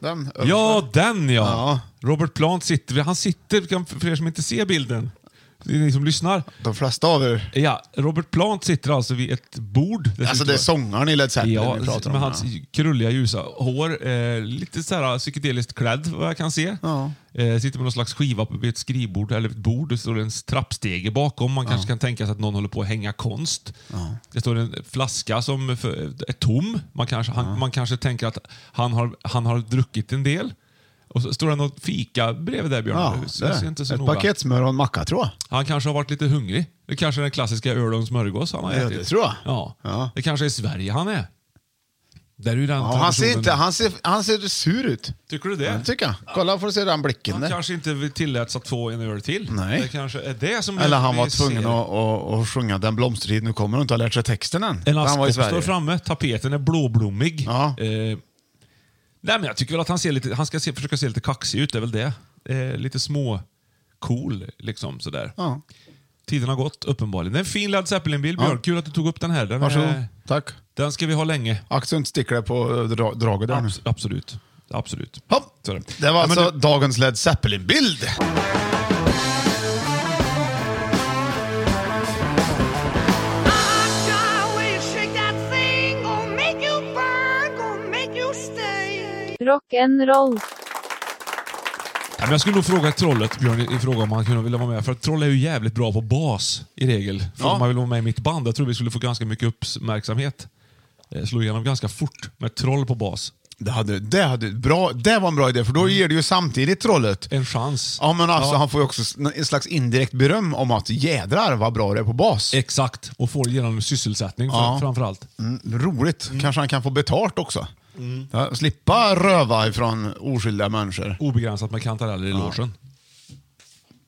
Speaker 2: den
Speaker 1: Mm. Ja, den ja.
Speaker 2: Ja.
Speaker 1: Robert Plant sitter, han sitter, kan- för er som inte ser bilden, ni som lyssnar.
Speaker 2: De flesta av er.
Speaker 1: Ja, Robert Plant sitter alltså vid ett bord.
Speaker 2: Alltså det är sångaren i Led Zeppelin
Speaker 1: Ja,
Speaker 2: vi pratar om.
Speaker 1: med hans
Speaker 2: ja.
Speaker 1: krulliga ljusa hår. Eh, lite så här psykedeliskt klädd vad jag kan se.
Speaker 2: Ja.
Speaker 1: Eh, sitter med någon slags skiva på vid ett skrivbord eller ett bord. Det står en trappstege bakom. Man kanske kan tänka sig att någon håller på att hänga konst. Det står en flaska som för- är tom. Man kanske, han, man kanske tänker att han har, han har druckit en del. Och så står det något fika bredvid där Björn.
Speaker 2: Ja,
Speaker 1: Det syns
Speaker 2: det är det.
Speaker 1: inte så
Speaker 2: Ett
Speaker 1: noga.
Speaker 2: paket smör och en macka tror jag.
Speaker 1: Han kanske har varit lite hungrig. Det kanske är den klassiska öl och en smörgås han har
Speaker 2: Ja,
Speaker 1: ätit.
Speaker 2: det tror jag.
Speaker 1: Ja.
Speaker 2: Ja.
Speaker 1: Det kanske är Sverige han är. Där är ju den
Speaker 2: Ja, han, ser
Speaker 1: traditionen.
Speaker 2: inte, han, ser, han ser sur ut.
Speaker 1: Tycker du det?
Speaker 2: Ja, det tycker jag. Kolla får du se den blicken
Speaker 1: han
Speaker 2: där.
Speaker 1: kanske inte vill- tilläts att få en öl till.
Speaker 2: Nej.
Speaker 1: Det kanske är det som
Speaker 2: Eller han
Speaker 1: vi
Speaker 2: var tvungen
Speaker 1: ser.
Speaker 2: att, att, att sjunga Den blomstertid nu kommer och inte har lärt sig texten än.
Speaker 1: En
Speaker 2: han var i
Speaker 1: askkopp
Speaker 2: Sverige.
Speaker 1: står framme, tapeten är blåblommig.
Speaker 2: Ja.
Speaker 1: Eh, nej, men jag tycker väl att han, ser lite, han ska se, försöka se lite kaxig ut, det är väl det. Eh, lite små cool, liksom sådär.
Speaker 2: Ja.
Speaker 1: Tiden har gått, uppenbarligen. Det är en fin Led Zeppelin-bild, Björn. Kul att du tog upp den här. Den,
Speaker 2: Varsågod.
Speaker 1: är,
Speaker 2: Tack.
Speaker 1: den ska vi ha länge.
Speaker 2: Ack så inte sticker det på eh, dra, draget där nu.
Speaker 1: Abs- absolut. Absolut.
Speaker 2: Hopp.
Speaker 1: Så är
Speaker 2: Det var
Speaker 1: Ja, men
Speaker 2: alltså
Speaker 1: du-
Speaker 2: dagens Led Zeppelin-bild.
Speaker 4: Rock'n'roll.
Speaker 1: Ja, men jag skulle nog fråga trollet, Björn, i- i fråga om han kunde vilja vara med. För att troll är ju jävligt bra på bas i regel. För
Speaker 2: Ja.
Speaker 1: om man vill vara med i mitt band. Jag tror vi skulle få ganska mycket uppmärksamhet. Eh, Slå igenom ganska fort med troll på bas.
Speaker 2: Det, hade, det, hade, bra, det var en bra idé, för då
Speaker 1: Mm.
Speaker 2: ger du ju samtidigt trollet
Speaker 1: En chans.
Speaker 2: Ja men alltså han får ju också s- en slags indirekt beröm om att jädrar vad bra det är på bas.
Speaker 1: Exakt. Och får genom sysselsättning fram-
Speaker 2: Ja.
Speaker 1: framförallt.
Speaker 2: Mm, roligt. Kanske han kan få betalt också. Ja, slippa röva ifrån oskyldiga människor.
Speaker 1: Obegränsat med kantareller i logen.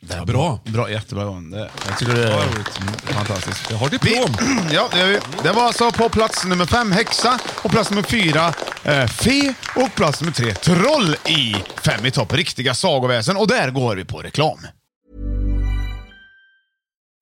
Speaker 2: Det
Speaker 1: var bra.
Speaker 2: bra. Jättebra Johan. Det, jag tycker det
Speaker 1: Ja,
Speaker 2: är
Speaker 1: roligt.
Speaker 2: mm, fantastiskt.
Speaker 1: Jag har diplom.
Speaker 2: Vi, <clears throat> ja, det, gör vi. det var alltså på plats nummer fem häxa och plats nummer fyra eh, fe och plats nummer tre troll i Fem i topp riktiga sagoväsen. Och där går vi på reklam.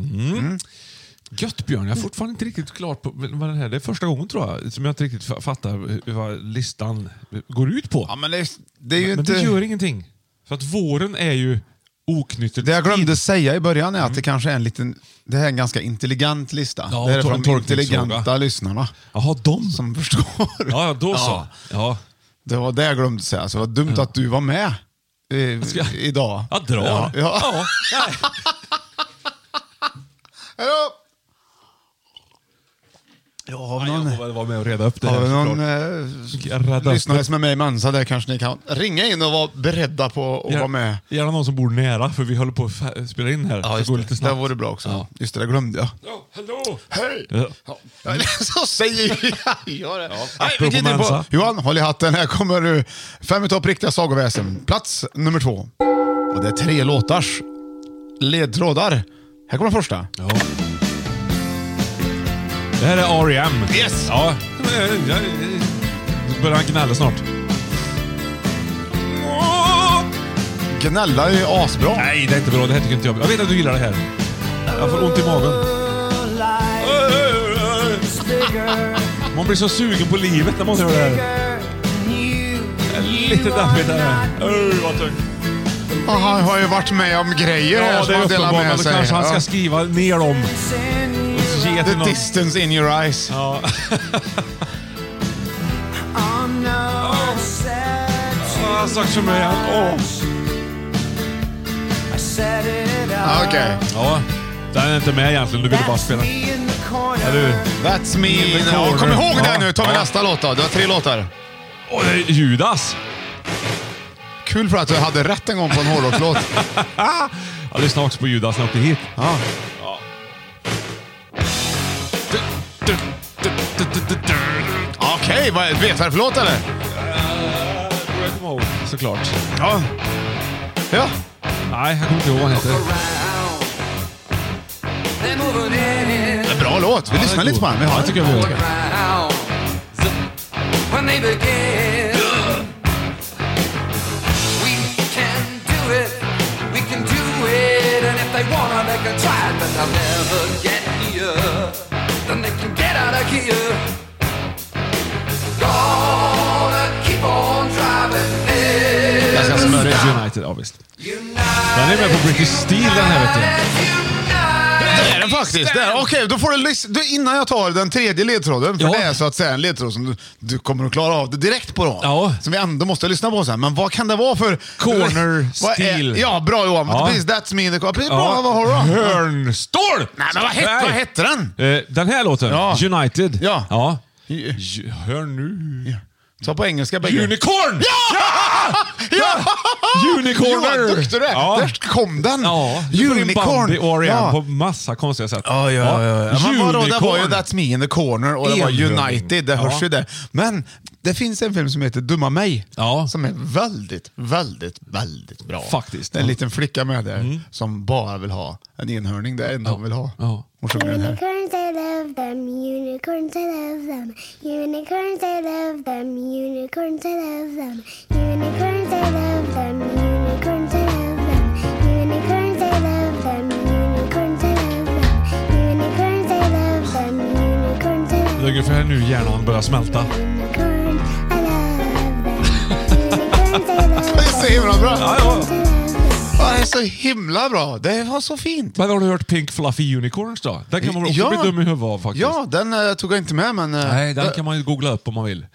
Speaker 1: Mm.
Speaker 2: Mm.
Speaker 1: Gött Björn, jag är fortfarande inte riktigt klart på vad den här... Det är första gången tror jag som jag inte riktigt fa- fattar hur- vad listan går ut på.
Speaker 2: Ja, men det, det är ju
Speaker 1: men
Speaker 2: inte...
Speaker 1: det gör ingenting. För att våren är ju oknyttet.
Speaker 2: Det jag glömde säga i början är att det kanske är en liten... Det här är en ganska intelligent lista.
Speaker 1: Mm. Ja,
Speaker 2: det här är
Speaker 1: tor-
Speaker 2: från de
Speaker 1: tolkningsfråga.
Speaker 2: intelligenta lyssnarna
Speaker 1: Jaha, de.
Speaker 2: som <laughs> förstår.
Speaker 1: Ja, då så.
Speaker 2: Ja,
Speaker 1: Ja.
Speaker 2: det var det jag glömde säga, så det var dumt att du var med eh,
Speaker 1: ska-
Speaker 2: idag.
Speaker 1: Jag drar.
Speaker 2: Ja. Ja.
Speaker 1: Ja, nej.
Speaker 2: Hejdå!
Speaker 1: Ja, har vi någon... Jag får väl vara med och reda upp det
Speaker 2: Har vi
Speaker 1: här
Speaker 2: någon
Speaker 1: såklart. Jag
Speaker 2: eh,
Speaker 1: räddar-
Speaker 2: lyssnare som är med i Mensa där kanske ni kan ringa in och vara beredda på att vara med.
Speaker 1: Gärna någon som bor nära, för vi håller på att fa- spela in här.
Speaker 2: Ja,
Speaker 1: det
Speaker 2: just
Speaker 1: går
Speaker 2: det.
Speaker 1: lite
Speaker 2: det
Speaker 1: snabbt.
Speaker 2: vore bra också.
Speaker 1: Ja.
Speaker 2: Just det, det glömde jag.
Speaker 1: Ja, hallå!
Speaker 2: Hej!
Speaker 1: Ja.
Speaker 2: Ja. Så säger vi. <laughs> Ja, det. Nej, vi
Speaker 1: Apropå
Speaker 2: tittar på.
Speaker 1: Mensa.
Speaker 2: Johan, håll i hatten. Här kommer du. Fem i topp riktiga sagoväsen. Plats nummer två. Och det är tre låtars ledtrådar. Här kommer den första.
Speaker 1: Ja. Det här är R.E.M.
Speaker 2: Yes!
Speaker 1: Ja. Jag- jag- jag- Nu börjar han gnälla snart.
Speaker 2: Gnälla är ju asbra.
Speaker 1: Nej, det är inte bra. Det här tycker inte jag. Jag vet att du gillar det här. Jag får ont i magen. Man blir så sugen på livet när man hör det här. Lite dammigt det här. Öh, vad tungt.
Speaker 2: Ah, Han har ju varit med om grejer här
Speaker 1: Ja, det
Speaker 2: som
Speaker 1: är
Speaker 2: han delar
Speaker 1: uppenbart. Men
Speaker 2: med
Speaker 1: då
Speaker 2: sig.
Speaker 1: kanske han
Speaker 2: Ja.
Speaker 1: ska skriva ner dem. Och ge till
Speaker 2: The
Speaker 1: någon.
Speaker 2: distance in your eyes.
Speaker 1: Ja. Åh, Saker som är... Åh.
Speaker 2: Ah, Okej.
Speaker 1: Ja, den är inte med egentligen. Du ville bara spela. Eller hur?
Speaker 2: That's me.
Speaker 1: In the
Speaker 2: Ja, kom
Speaker 1: corner.
Speaker 2: ihåg det
Speaker 1: Ja.
Speaker 2: nu. Ta med
Speaker 1: Ja.
Speaker 2: nästa låt då. Du har tre låtar.
Speaker 1: Åh, det är Judas!
Speaker 2: Kul för att du hade rätt en gång på en hårdrocklåt.
Speaker 1: Jag lyssnade också på Judas när jag åkte hit.
Speaker 2: Ja. Okej, vad vet du vad det är för låt eller?
Speaker 1: Såklart.
Speaker 2: Ja. Ja.
Speaker 1: Nej, jag kommer inte ihåg vad han heter.
Speaker 2: Det är en bra låt. Vi lyssnar lite på den. Vi har
Speaker 1: Jag
Speaker 2: den.
Speaker 1: tycker vi gör det.
Speaker 2: Jag ska smörja.
Speaker 1: Reds United, ja visst. Den är med på British Steel den här vet du.
Speaker 2: Det är den faktiskt. Det är- Okej, då får du lyssna. Du, innan jag tar den tredje ledtråden, för
Speaker 1: Ja.
Speaker 2: det är så att säga en ledtråd som du, du kommer att klara av det direkt på då.
Speaker 1: Ja.
Speaker 2: Som vi ändå måste lyssna på sen. Men vad kan det vara för...
Speaker 1: Corner
Speaker 2: Vad är-
Speaker 1: steel.
Speaker 2: Ja, bra Johan.
Speaker 1: Ja.
Speaker 2: Precis, that's me in the... Precis, bra. Vad har du då?
Speaker 1: Hörnstål!
Speaker 2: Nej, men vad hette, vad hette den?
Speaker 1: Eh, Den här låten?
Speaker 2: Ja.
Speaker 1: United?
Speaker 2: Ja.
Speaker 1: ja.
Speaker 2: Ju-
Speaker 1: Ju- Hör nu.
Speaker 2: Ta på engelska bägge.
Speaker 1: Unicorn!
Speaker 2: Ja!
Speaker 1: Unicorner!
Speaker 2: Vad duktig du är!
Speaker 1: Ja.
Speaker 2: Där kom den!
Speaker 1: Ja,
Speaker 2: Unicorn!
Speaker 1: Bambi och
Speaker 2: Ja.
Speaker 1: ja. på massa konstiga sätt.
Speaker 2: Ja, ja, ja. ja. Men vadå, det var ju
Speaker 1: Unicorn!
Speaker 2: That's Me in the Corner och det var
Speaker 1: Enhörning.
Speaker 2: United, det hörs
Speaker 1: Ja.
Speaker 2: ju det. Men det finns en film som heter Dumma mig,
Speaker 1: Ja.
Speaker 2: som är väldigt, väldigt, väldigt bra.
Speaker 1: Faktiskt.
Speaker 2: Det är en
Speaker 1: Ja. Mm.
Speaker 2: liten flicka med där som bara vill ha en enhörning, det är det enda hon vill ha.
Speaker 1: Ja.
Speaker 2: Hon sjunger den här.
Speaker 4: Unicorns, I love them. Unicorns, I love them. Unicorns, I love them. Unicorns, I love them. Unicorns, I love them. Unicorns, I love them. Unicorns, I love them. Unicorns, I love them. Unicorns, I love them. Unicorns,
Speaker 1: Det
Speaker 4: I
Speaker 1: är
Speaker 4: love them.
Speaker 1: ungefär nu hjärnan börjar smälta.
Speaker 4: Unicorns, I love them. Unicorns, I love
Speaker 2: Det är så himla bra!
Speaker 1: Ja, ja.
Speaker 2: Ja, det är så himla bra! Det var så fint!
Speaker 1: Men har du hört Pink Fluffy Unicorns då? Den kan man också
Speaker 2: Ja.
Speaker 1: bli dum i huvudet av faktiskt.
Speaker 2: Ja, den eh, tog jag inte med, men eh,
Speaker 1: Nej, den
Speaker 2: jag,
Speaker 1: kan man ju googla upp om man vill.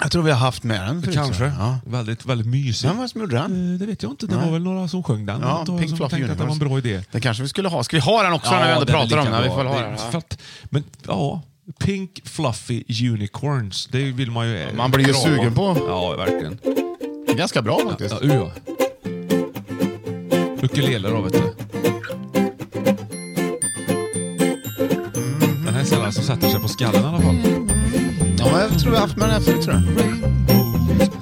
Speaker 2: jag tror vi har haft med den förut,
Speaker 1: Kanske.
Speaker 2: så. Ja.
Speaker 1: Väldigt, väldigt mysig.
Speaker 2: Vem var det som gjorde den?
Speaker 1: Eh, Det vet jag inte. Det var väl några som sjöng den.
Speaker 2: Ja,
Speaker 1: Mm, som
Speaker 2: Pink Fluffy
Speaker 1: tänkte att det var en bra idé.
Speaker 2: Den kanske vi skulle ha. Ska vi ha den också när vi ändå
Speaker 1: den är
Speaker 2: pratar om
Speaker 1: lika
Speaker 2: den? Vi
Speaker 1: bra.
Speaker 2: får väl ha
Speaker 1: Det-
Speaker 2: den.
Speaker 1: för att- Men ja, Pink Fluffy Unicorns. Det vill man ju...
Speaker 2: Man blir ju
Speaker 1: Bra.
Speaker 2: sugen på.
Speaker 1: Ja, verkligen.
Speaker 2: Det är ganska bra faktiskt.
Speaker 1: Ja, u, ja. ukulele då, vet du. Den här sällan som sätter sig på skallen i alla fall.
Speaker 2: Mm. Ja, men jag tror jag haft med den här förut, tror jag.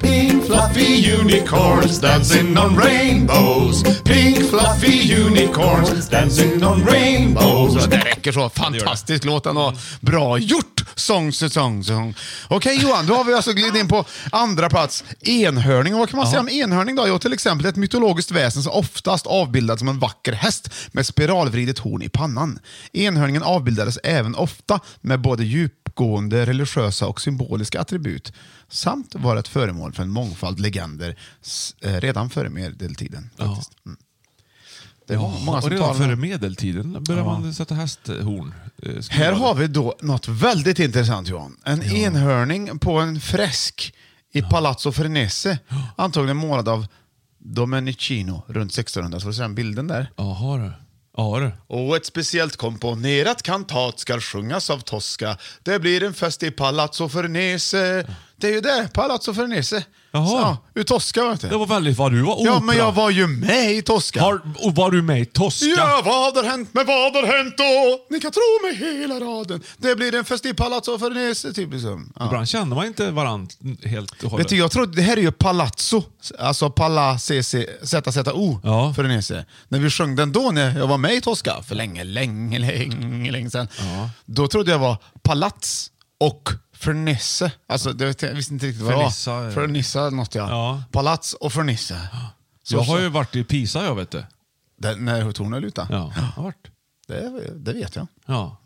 Speaker 2: Pink fluffy unicorns dancing on rainbows. Pink fluffy unicorns dancing on rainbows. Det räcker så. Fantastisk låt ändå. Bra gjort! Sång, säsong, sång. Okej Johan, då har vi alltså glidit in på andra plats. Enhörning. Och Vad kan man säga om enhörning då? Jo, till exempel ett mytologiskt väsen som oftast avbildas som en vacker häst med spiralvridet horn i pannan. Enhörningen avbildades även ofta med både djupgående religiösa och symboliska attribut samt var ett föremål för en mångfald legender s- eh, redan före medeltiden. Faktiskt. Mm. Det var många
Speaker 1: och
Speaker 2: som
Speaker 1: redan
Speaker 2: talade-
Speaker 1: före medeltiden började man sätta hästhorn. eh, skulle
Speaker 2: Här
Speaker 1: vara.
Speaker 2: har vi då något väldigt intressant Johan. En enhörning på en fresk i Palazzo Frenese. Antagligen målad av Domenichino runt 1600. Så du ser den bilden där?
Speaker 1: Jaha du. Ja du.
Speaker 2: Och ett speciellt komponerat kantat ska sjungas av Tosca. Det blir en fest i Palazzo Frenese. Det är ju där, Palazzo Frenese.
Speaker 1: Jaha.
Speaker 2: Så, ja, ur Tosca vet du.
Speaker 1: Det var väldigt vad du var
Speaker 2: Ja,
Speaker 1: opera.
Speaker 2: men jag var ju med i Tosca.
Speaker 1: Har, och var du med i Tosca?
Speaker 2: Ja, vad har hänt? Men vad har hänt då? Ni kan tro mig hela raden. Det blir en fest i Palazzo Farnese, typ. Liksom. Ja.
Speaker 1: Ibland känner man inte varandra helt och
Speaker 2: Vet
Speaker 1: hållet.
Speaker 2: du, jag trodde, det här är ju Palazzo, alltså Pala ZZO,
Speaker 1: Ja.
Speaker 2: Farnese. E När vi sjöng den då, när jag var med i Tosca, för länge, länge, länge, länge sedan. Då trodde jag var Palats och Farnese. Alltså, det vet jag jag visste inte riktigt vad det
Speaker 1: Farnissa,
Speaker 2: var.
Speaker 1: ja.
Speaker 2: Farnissa, något ja.
Speaker 1: Ja.
Speaker 2: Palats och Farnese. Så,
Speaker 1: jag har ju varit i Pisa jag vet du.
Speaker 2: där, när tornen lutar.
Speaker 1: Ja, jag har varit.
Speaker 2: Det, det vet jag.
Speaker 1: Ja.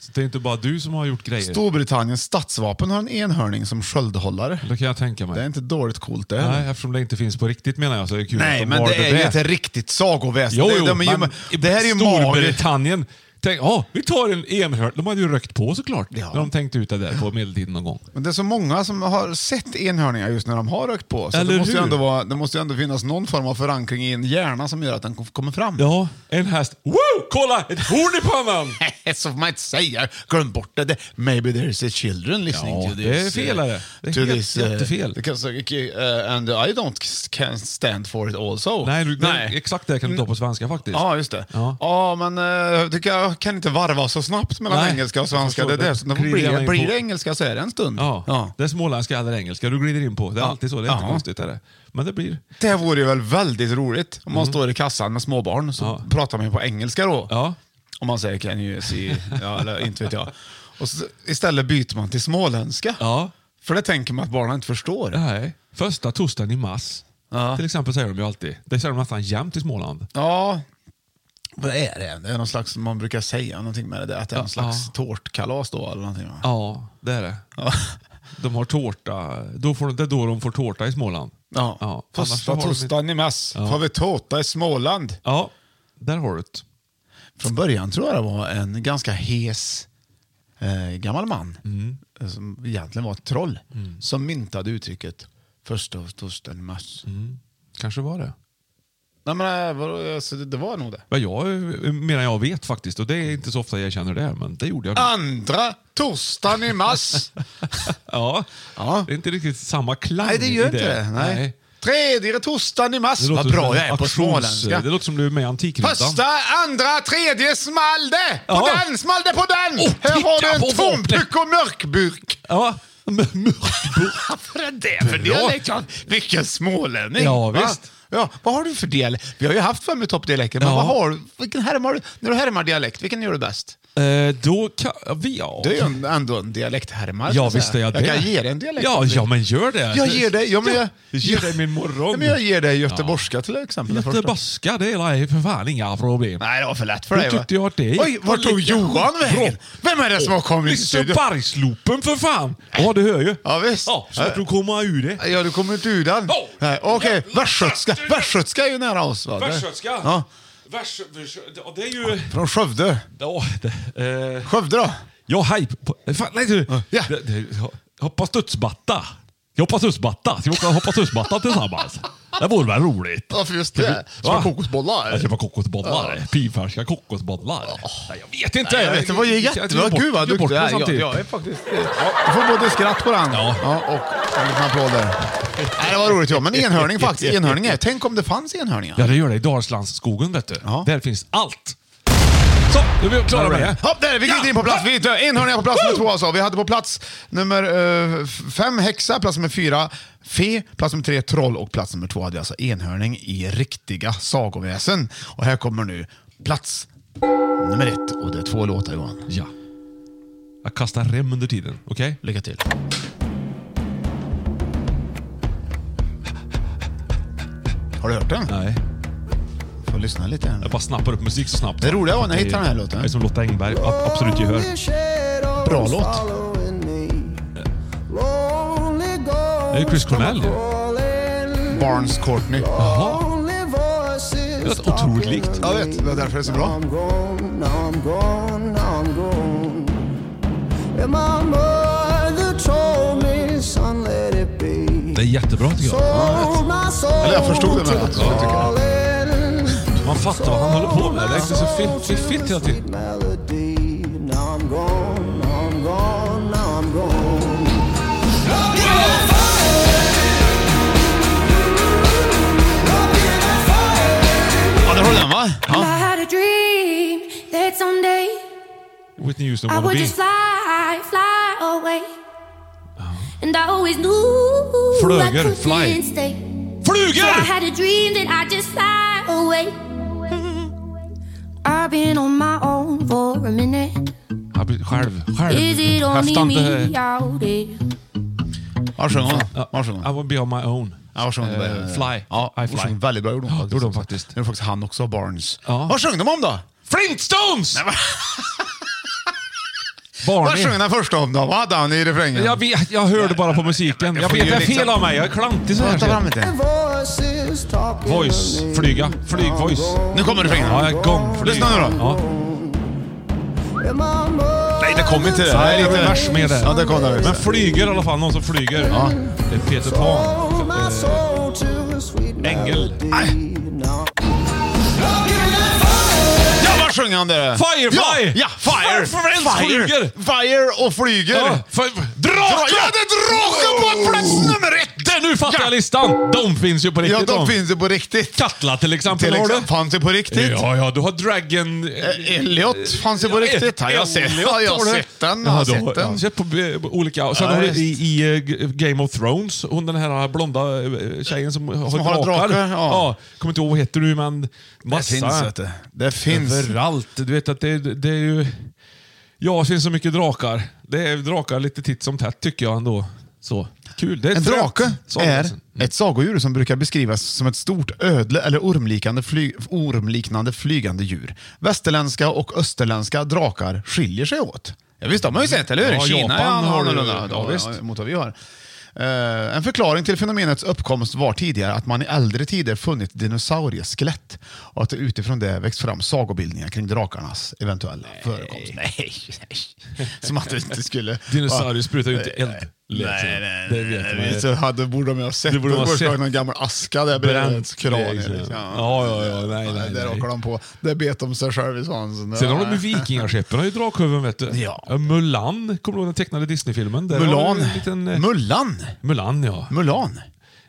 Speaker 1: Så det är inte bara du som har gjort grejer.
Speaker 2: Storbritanniens statsvapen har en enhörning som sköldhållare.
Speaker 1: Det kan jag tänka mig.
Speaker 2: Det är inte dåligt coolt det
Speaker 1: Nej,
Speaker 2: heller.
Speaker 1: eftersom det inte finns på riktigt menar jag så är det kul att
Speaker 2: Nej,
Speaker 1: de
Speaker 2: men
Speaker 1: har
Speaker 2: det är ju
Speaker 1: där.
Speaker 2: ett riktigt sagoväsen.
Speaker 1: Jo,
Speaker 2: Det-
Speaker 1: jo,
Speaker 2: de är ju-
Speaker 1: men
Speaker 2: det här är ju magiskt.
Speaker 1: Storbritannien. Tänk, ja, vi tar en enhörning. De hade ju rökt på såklart.
Speaker 2: Ja.
Speaker 1: När de tänkte ut det där på medeltiden någon gång.
Speaker 2: Men det är så många som har sett enhörningar just när de har rökt på. Så
Speaker 1: Eller
Speaker 2: det, måste ju
Speaker 1: hur?
Speaker 2: ändå vara, det måste ju ändå finnas någon form av förankring i en hjärna som gör att den kom- kommer fram.
Speaker 1: Ja, en häst. Woo! Kolla! Ett horn i pannan!
Speaker 2: <laughs> så får man inte säga. Glöm bort det. Maybe there's a children listening
Speaker 1: Ja,
Speaker 2: to this.
Speaker 1: det är fel, är det. Det är helt jättefel.
Speaker 2: Uh, because, uh, and I don't c- can stand for it also.
Speaker 1: Nej, du- nej, exakt det kan du ta på svenska faktiskt.
Speaker 2: Ja, just det.
Speaker 1: Ja.
Speaker 2: Ja, men eh, tycker jag kan inte varva så snabbt mellan
Speaker 1: Nej,
Speaker 2: engelska och
Speaker 1: jag
Speaker 2: svenska. Det
Speaker 1: förstår
Speaker 2: är det.
Speaker 1: det.
Speaker 2: Så då
Speaker 1: Glider gärna
Speaker 2: Blir,
Speaker 1: in
Speaker 2: blir
Speaker 1: på-
Speaker 2: det engelska så är det en stund.
Speaker 1: Ja, det är småländska eller engelska du glider in på. Det är
Speaker 2: Ja.
Speaker 1: alltid så, det är inte
Speaker 2: Ja.
Speaker 1: konstigt. Är det. Men det blir...
Speaker 2: Det vore ju väl väldigt roligt om man står i kassan med småbarn så
Speaker 1: Mm. Ja.
Speaker 2: pratar man ju på engelska då.
Speaker 1: Ja.
Speaker 2: Om man säger can you see, ja, eller inte vet jag. Och så, istället byter man till småländska.
Speaker 1: Ja.
Speaker 2: För det tänker man att barnen inte förstår.
Speaker 1: Nej. Första torsdagen i mars.
Speaker 2: Ja.
Speaker 1: Till exempel säger de ju alltid. Det säger de nästan jämt i Småland.
Speaker 2: Ja. Vad är det? Det är någon slags, man brukar säga någonting med det där, att det är någon slags
Speaker 1: Ja.
Speaker 2: tårtkalas då eller någonting. va?
Speaker 1: Ja, det är det. De har tårta. Då får, det är då de får tårta i Småland.
Speaker 2: Ja.
Speaker 1: Ja, annars
Speaker 2: Första
Speaker 1: har de inte-
Speaker 2: torsdagen i mars får vi tårta i Småland.
Speaker 1: Ja, där har du det.
Speaker 2: Från början tror jag det var en ganska hes eh, gammal man
Speaker 1: Mm.
Speaker 2: eh, som egentligen var ett troll som myntade uttrycket första torsdagen i mars.
Speaker 1: Mm. Kanske var det.
Speaker 2: Nej, men, eh, vadå, alltså, det- det var nog det.
Speaker 1: Ja, jag eh, menar jag vet faktiskt. Och det är inte så ofta jag känner det, men det gjorde jag. nu.
Speaker 2: Andra torsdagen i mars.
Speaker 1: <laughs> Ja.
Speaker 2: Ja.
Speaker 1: Det är inte riktigt samma klang
Speaker 2: Nej, det gör
Speaker 1: i
Speaker 2: inte det. Nej.
Speaker 1: Nej.
Speaker 2: Tredje torsdagen i mars.
Speaker 1: Det
Speaker 2: Vad
Speaker 1: låter som
Speaker 2: bra
Speaker 1: en
Speaker 2: jag är på
Speaker 1: auktions-
Speaker 2: småländska.
Speaker 1: Det låter som du är med i Antikrundan.
Speaker 2: Första, andra, tredje, small det! På
Speaker 1: Ja.
Speaker 2: den, small det på den!
Speaker 1: Åh,
Speaker 2: Här har du
Speaker 1: titta
Speaker 2: en
Speaker 1: på vapnet!
Speaker 2: tomburk och mörkburk. <laughs>
Speaker 1: Ja, men mörkburk.
Speaker 2: Vad är det för dialekt? Jan? Vilken smålänning!
Speaker 1: Ja,
Speaker 2: va?
Speaker 1: visst.
Speaker 2: Ja, vad har du för dialekt? Vi har ju haft fem i toppdialekter, men
Speaker 1: Ja.
Speaker 2: vad har du? Vilken härmar du? När du härmar dialekt, vilken gör du bäst?
Speaker 1: Eh, då kan... Vi, ja.
Speaker 2: Du är ju en- ändå en dialekthärmare.
Speaker 1: Ja,
Speaker 2: ska
Speaker 1: visst är jag
Speaker 2: säga.
Speaker 1: det.
Speaker 2: Jag kan ge dig en dialekt.
Speaker 1: Ja, ja men gör det.
Speaker 2: Jag ger dig... Ja, men jag,
Speaker 1: Jag ger dig min morgon.
Speaker 2: Ja, men jag ger dig göteborgska till exempel. den första.
Speaker 1: Göteborgska, det är för fan inga problem.
Speaker 2: Nej, det var för lätt för
Speaker 1: Då
Speaker 2: dig. va?
Speaker 1: tyckte jag att det-
Speaker 2: Oj, var tog Johan vägen? Vem är det som har kommit i studion?
Speaker 1: Lisebergslopen för fan! Ja, du hör ju.
Speaker 2: Ja, visst.
Speaker 1: Ja, snart du kommer ur det.
Speaker 2: Ja, du kommer inte ur den.
Speaker 1: Ja.
Speaker 2: Nej, Okej,
Speaker 1: Jävla
Speaker 2: Västgötska.
Speaker 1: bastard.
Speaker 2: Västgötska är ju nära oss. va? Det-
Speaker 1: Västgötska.
Speaker 2: Ja,
Speaker 1: Vers, vers, ja, det är ju...
Speaker 2: från Skövde.
Speaker 1: Ja, det, eh,
Speaker 2: Skövde då?
Speaker 1: ja hej. på- Fan, nej du.
Speaker 2: Ja.
Speaker 1: Det- det- Hoppa studsmatta. Jag hoppar studsmatta. Ska vi åka och hoppa studsmatta tillsammans? Det vore väl roligt?
Speaker 2: Ja, för just det.
Speaker 1: Va?
Speaker 2: Som kokosbollar.
Speaker 1: Jag köper kokosbollar. Pinfärska kokosbollar. Nej, jag vet inte.
Speaker 2: Nej, jag vet, det var ju jättebra. Gud vad duktig
Speaker 1: du
Speaker 2: du är.
Speaker 1: är.
Speaker 2: Jag, jag är faktiskt... Du får både skratt på den
Speaker 1: Ja.
Speaker 2: och en liten applåd där. Nej, det var roligt ja.
Speaker 1: <laughs>
Speaker 2: Men enhörning faktiskt. Enhörningar. Tänk om det fanns enhörningar.
Speaker 1: Ja, det gör det. I Dalslandsskogen, vet du.
Speaker 2: Ja.
Speaker 1: Där finns allt. Så, då är vi klara med det.
Speaker 2: Hopp där, vi glider in på plats. Vi är enhörningar på plats nummer två alltså. Vi hade på plats nummer eh, f- fem häxa, plats nummer fyra fe, plats nummer tre troll och plats nummer två hade vi alltså enhörning i riktiga sagoväsen. Och här kommer nu plats nummer ett. Och det är två låtar Johan.
Speaker 1: Ja. Jag kastar rem under tiden, okej?
Speaker 2: Lycka till. Har du hört den?
Speaker 1: Nej.
Speaker 2: Får lyssna lite här nu.
Speaker 1: Jag bara snappar upp musik så snabbt.
Speaker 2: Det roliga var när jag hittade den här
Speaker 1: Jag är
Speaker 2: låten.
Speaker 1: som Lotta Engberg. A- Absolut gehör.
Speaker 2: Bra låt.
Speaker 1: Det är Chris Cornell ju.
Speaker 2: Barnes Courtney.
Speaker 1: Jaha. Det låter otroligt likt.
Speaker 2: Jag vet, det var därför det är så bra.
Speaker 1: Det är jättebra tycker jag.
Speaker 2: Eller jag förstod det men så jag tycker jag.
Speaker 1: Man fattar vad han håller på med. Det är liksom så fitt, fitt, fitt hela tiden.
Speaker 2: Ja, där har du den va? Ja.
Speaker 1: Whitney Houston wanna be. Oh. Flöger, fly. Flugor! Han blir själv. Själv. Häftar inte...
Speaker 2: Ja, sjung hon.
Speaker 1: Ja,
Speaker 2: Ja,
Speaker 1: I
Speaker 2: sjung hon.
Speaker 1: will be on my own.
Speaker 2: Ja, vad sjöng de
Speaker 1: Eh,
Speaker 2: där?
Speaker 1: fly.
Speaker 2: Ja,
Speaker 1: I
Speaker 2: hon
Speaker 1: fly.
Speaker 2: sjöng väldigt bra gjorde hon faktiskt.
Speaker 1: gjorde hon faktiskt.
Speaker 2: Det var faktiskt han också, Barnes.
Speaker 1: Ja.
Speaker 2: Vad sjöng de om då?
Speaker 1: Flintstones!
Speaker 2: Vad
Speaker 1: <laughs> Barney.
Speaker 2: sjöng den första om då? Vad hade han i refrängen?
Speaker 1: Jag, vet, jag hörde bara på musiken.
Speaker 2: Jag
Speaker 1: Jag
Speaker 2: får
Speaker 1: vet,
Speaker 2: ju
Speaker 1: det är fel
Speaker 2: liksom-
Speaker 1: av mig. Jag är klantig så här.
Speaker 2: Prata fram
Speaker 1: ser
Speaker 2: lite.
Speaker 1: jag. Voice. Flyga. Flyg, voice.
Speaker 2: Nu kommer refrängen.
Speaker 1: Ja, jag är gång. Flyg.
Speaker 2: Lyssna nu då.
Speaker 1: Ja.
Speaker 2: Nej, det kom inte det.
Speaker 1: Nej, det
Speaker 2: är
Speaker 1: var en vers med det.
Speaker 2: Ja, det kom det.
Speaker 1: Men flyger i alla fall. Någon som flyger.
Speaker 2: Ja.
Speaker 1: Det är Peter Pan. Eh, Ängel.
Speaker 2: Ja, vad sjöng han där?
Speaker 1: Firefly!
Speaker 2: Ja, ja fire!
Speaker 1: Firefly flyger.
Speaker 2: Fire och flyger!
Speaker 1: Ja, för,
Speaker 2: Dra-
Speaker 1: drake!
Speaker 2: Ja, det är draken på plats nummer ett!
Speaker 1: Där, nu fattar
Speaker 2: Ja.
Speaker 1: jag listan! De finns ju på riktigt.
Speaker 2: Ja, de finns ju på riktigt.
Speaker 1: Katla till exempel
Speaker 2: Till
Speaker 1: har du.
Speaker 2: exempel, fanns ju på riktigt.
Speaker 1: Ja, ja, du har Dragon...
Speaker 2: Eh, Elliot fanns ju
Speaker 1: Ja,
Speaker 2: på riktigt. Ja, jag har sett,
Speaker 1: Elliot
Speaker 2: ja, jag
Speaker 1: har
Speaker 2: har
Speaker 1: du.
Speaker 2: sett den.
Speaker 1: Ja,
Speaker 2: Jag har
Speaker 1: du
Speaker 2: sett
Speaker 1: jag har
Speaker 2: den.
Speaker 1: sett på b- på olika... Och sen
Speaker 2: Ja,
Speaker 1: har du
Speaker 2: visst.
Speaker 1: i, i eh, G- Game of Thrones, hon den här blonda eh, tjejen som, har
Speaker 2: har
Speaker 1: drakar.
Speaker 2: drakar, ja.
Speaker 1: Kommer inte ihåg vad heter du, men massa.
Speaker 2: vet du. Det finns.
Speaker 1: Överallt. Du vet att det, det är ju... Ja, det finns så mycket drakar. Det är drakar lite titt som tätt tycker jag ändå. Så. Kul. Det är alltså.
Speaker 2: En
Speaker 1: fränt.
Speaker 2: drake är
Speaker 1: Sagoväsen.
Speaker 2: ett sagodjur som brukar beskrivas som ett stort ödle eller ormliknande, fly, ormliknande flygande djur. Västerländska och österländska drakar skiljer sig åt. Ja, visst, de har ju sett, eller hur?
Speaker 1: Ja,
Speaker 2: Kina
Speaker 1: Japan
Speaker 2: är
Speaker 1: har ju-
Speaker 2: annorlunda
Speaker 1: ja, visst.
Speaker 2: mot vad vi har. Eh, en förklaring till fenomenets uppkomst var tidigare att man i äldre tider funnit dinosaurieskelett och att det utifrån det växt fram sagobildningar kring drakarnas eventuella förekomst. Nej, nej. Som att det inte skulle...
Speaker 1: Dinosaurier sprutar ju inte eld. lät
Speaker 2: Nej,
Speaker 1: som.
Speaker 2: nej, nej.
Speaker 1: Det vet man ju.
Speaker 2: Så hade, borde de ha sett.
Speaker 1: Det borde de ha
Speaker 2: Först
Speaker 1: sett.
Speaker 2: var det någon gammal aska där bredvid ett kran.
Speaker 1: liksom.
Speaker 2: liksom.
Speaker 1: Ja, ja, ja. Nej, nej,
Speaker 2: där
Speaker 1: nej.
Speaker 2: åker de på. Där bet de sig själv i svansen.
Speaker 1: Sen har de ju vikingaskeppen har ju drakhuvuden vet du.
Speaker 2: Ja.
Speaker 1: Mulan, kommer du ihåg den tecknade Disney-filmen? Där har
Speaker 2: Mulan.
Speaker 1: du en Liten, eh,
Speaker 2: Mulan.
Speaker 1: Mulan ja.
Speaker 2: Mulan.